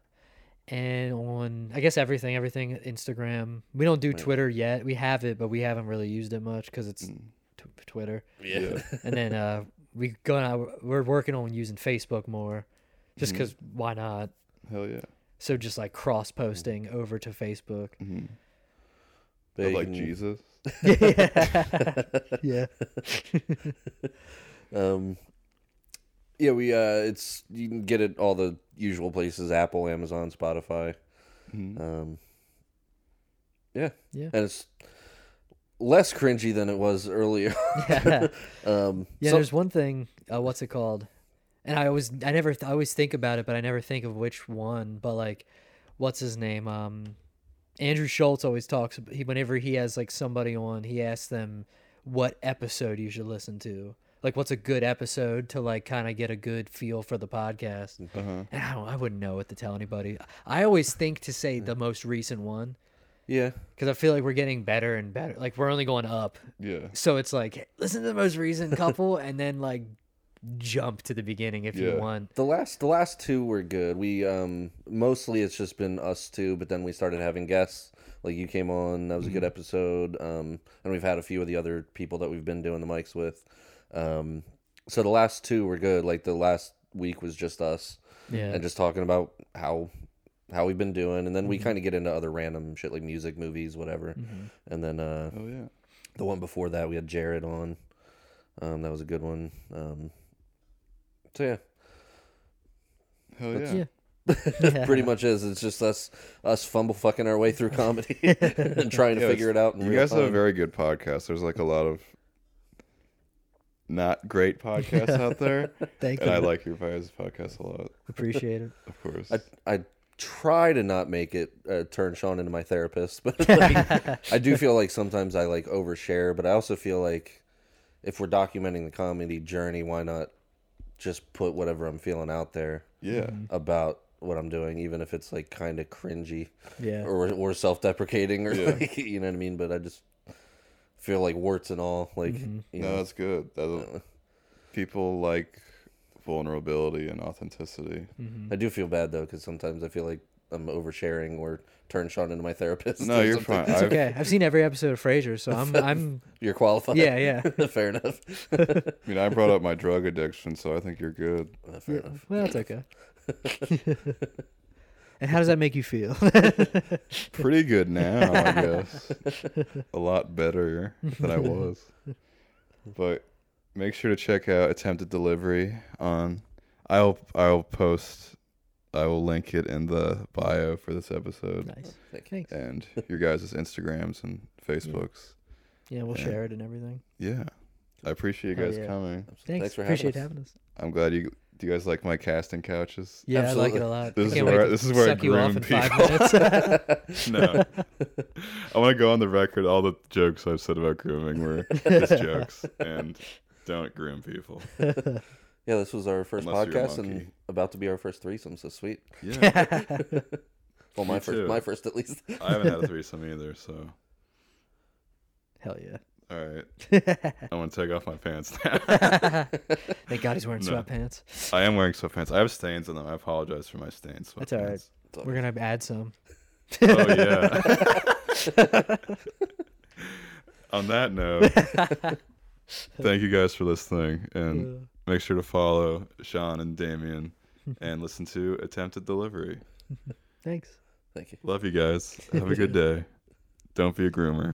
S2: and on I guess everything, everything Instagram. We don't do Twitter yet. We have it, but we haven't really used it much cuz it's
S1: Mm.
S2: t- Twitter.
S1: Yeah.
S2: and then uh, we gonna we're working on using Facebook more, just
S1: Mhm.
S2: because why not?
S1: Hell yeah.
S2: So just like cross posting over to Facebook.
S1: Mm. Mm-hmm.
S3: But you
S1: like
S3: can-
S1: Jesus.
S2: yeah, yeah,
S3: Um, yeah, we uh, it's you can get it all the usual places: Apple, Amazon, Spotify.
S1: Mhm.
S3: Um, yeah,
S2: Yeah.
S3: and it's less cringy than it was earlier.
S2: yeah.
S3: um, so-
S2: there's one thing. Uh, what's it called? And I always I never th- I always think about it, but I never think of which one. But like, what's his name? Um, Andrew Schultz always talks. ab- He whenever he has like somebody on, he asks them what episode you should listen to. Like, what's a good episode to like kind of get a good feel for the podcast?
S1: Uh-huh.
S2: And I, don't, I wouldn't know what to tell anybody. I always think to say the most recent one
S3: yeah,
S2: because I feel like we're getting better and better. Like we're only going up.
S1: Yeah.
S2: So it's like listen to the most recent couple and then like jump to the beginning if
S1: Yeah.
S2: you want.
S3: the last the last two were good. We um, mostly it's just been us two, but then we started having guests. Like you came on, that was a
S2: Mm-hmm.
S3: good episode. Um, and we've had a few of the other people that we've been doing the mics with. Um, so the last two were good. Like the last week was just us.
S2: Yeah.
S3: and just talking about how how we've been doing and then
S2: Mm-hmm.
S3: we kind of get into other random shit like music movies whatever and then uh
S1: Oh yeah.
S3: the one before that we had jared on um that was a good one um so yeah
S1: Hell yeah.
S2: Yeah.
S3: pretty much is it's just us us fumble fucking our way through comedy and trying to
S1: Yeah,
S3: figure it out in
S1: You
S3: real
S1: guys have a
S3: time.
S1: very good podcast. There's like a lot of not great podcasts out there,
S2: Thank
S1: and
S2: you.
S1: I like your guys' podcast a lot.
S2: Appreciate it.
S1: Of course.
S3: I try to not make it uh, turn Sean into my therapist, but like, I do feel like sometimes I like overshare, but I also feel like if we're documenting the comedy journey, why not just put whatever I'm feeling out there
S1: yeah.
S3: about what I'm doing, even if it's like kind of cringy
S2: Yeah.
S3: or or self deprecating or
S1: Yeah.
S3: like, you know what I mean. But I just feel like warts and all, like you
S1: No,
S3: know,
S1: that's good. That people like vulnerability and authenticity.
S3: I do feel bad though because sometimes I feel like I'm oversharing or turn Sean into my therapist.
S1: No,
S3: or
S1: you're
S3: something.
S1: fine. I've-
S2: Okay, I've seen every episode of Frasier, so I'm I'm
S3: You're qualified.
S2: yeah yeah.
S3: fair enough.
S1: I mean, I brought up my drug addiction, so I think you're good.
S3: Uh, fair enough.
S2: Well, that's okay. and how does that make you feel?
S1: Pretty good now, I guess. A lot better than I was. But make sure to check out attempted delivery on. I'll I'll post. I will link it in the bio for this episode
S2: nice.
S3: Thank you.
S2: Thanks.
S1: and your guys' Instagrams and Facebooks.
S2: Yeah, we'll
S1: Yeah.
S2: share it and everything.
S1: Yeah, I appreciate you
S2: Hell
S1: guys
S2: yeah.
S1: coming.
S2: Thanks.
S3: Thanks for having
S2: Appreciate
S3: us.
S2: having us.
S1: I'm glad you. Do you guys like my casting couches?
S2: Yeah, I like it
S3: Absolutely.
S2: a lot.
S1: This
S2: I
S1: is
S2: can't wait
S1: where-
S2: to
S1: this is where I
S2: suck you off
S1: groom
S2: in five minutes.
S1: No. I want to go on the record. All the jokes I've said about grooming were just jokes, and don't groom people.
S3: Yeah, this was our first
S1: Unless you're a
S3: podcast and
S1: monkey.
S3: about to be our first threesome. So sweet.
S1: Yeah,
S3: Well, my
S1: Me
S3: first,
S1: too.
S3: my first at least.
S1: I haven't had a threesome either. So,
S2: Hell
S1: all right,
S2: yeah.
S1: I want to take off my pants now.
S2: Thank God he's wearing
S1: No.
S2: sweatpants.
S1: I am wearing sweatpants. I have stains on them. I apologize for my stains.
S2: That's all right.
S1: sweatpants.
S2: We're gonna add some.
S1: Oh yeah. Oh, on that note, thank you guys for listening, and make sure to follow Sean and Damien, and listen to Attempted Delivery.
S2: Thanks.
S3: Thank you.
S1: Love you guys. Have a good day. Don't be a groomer.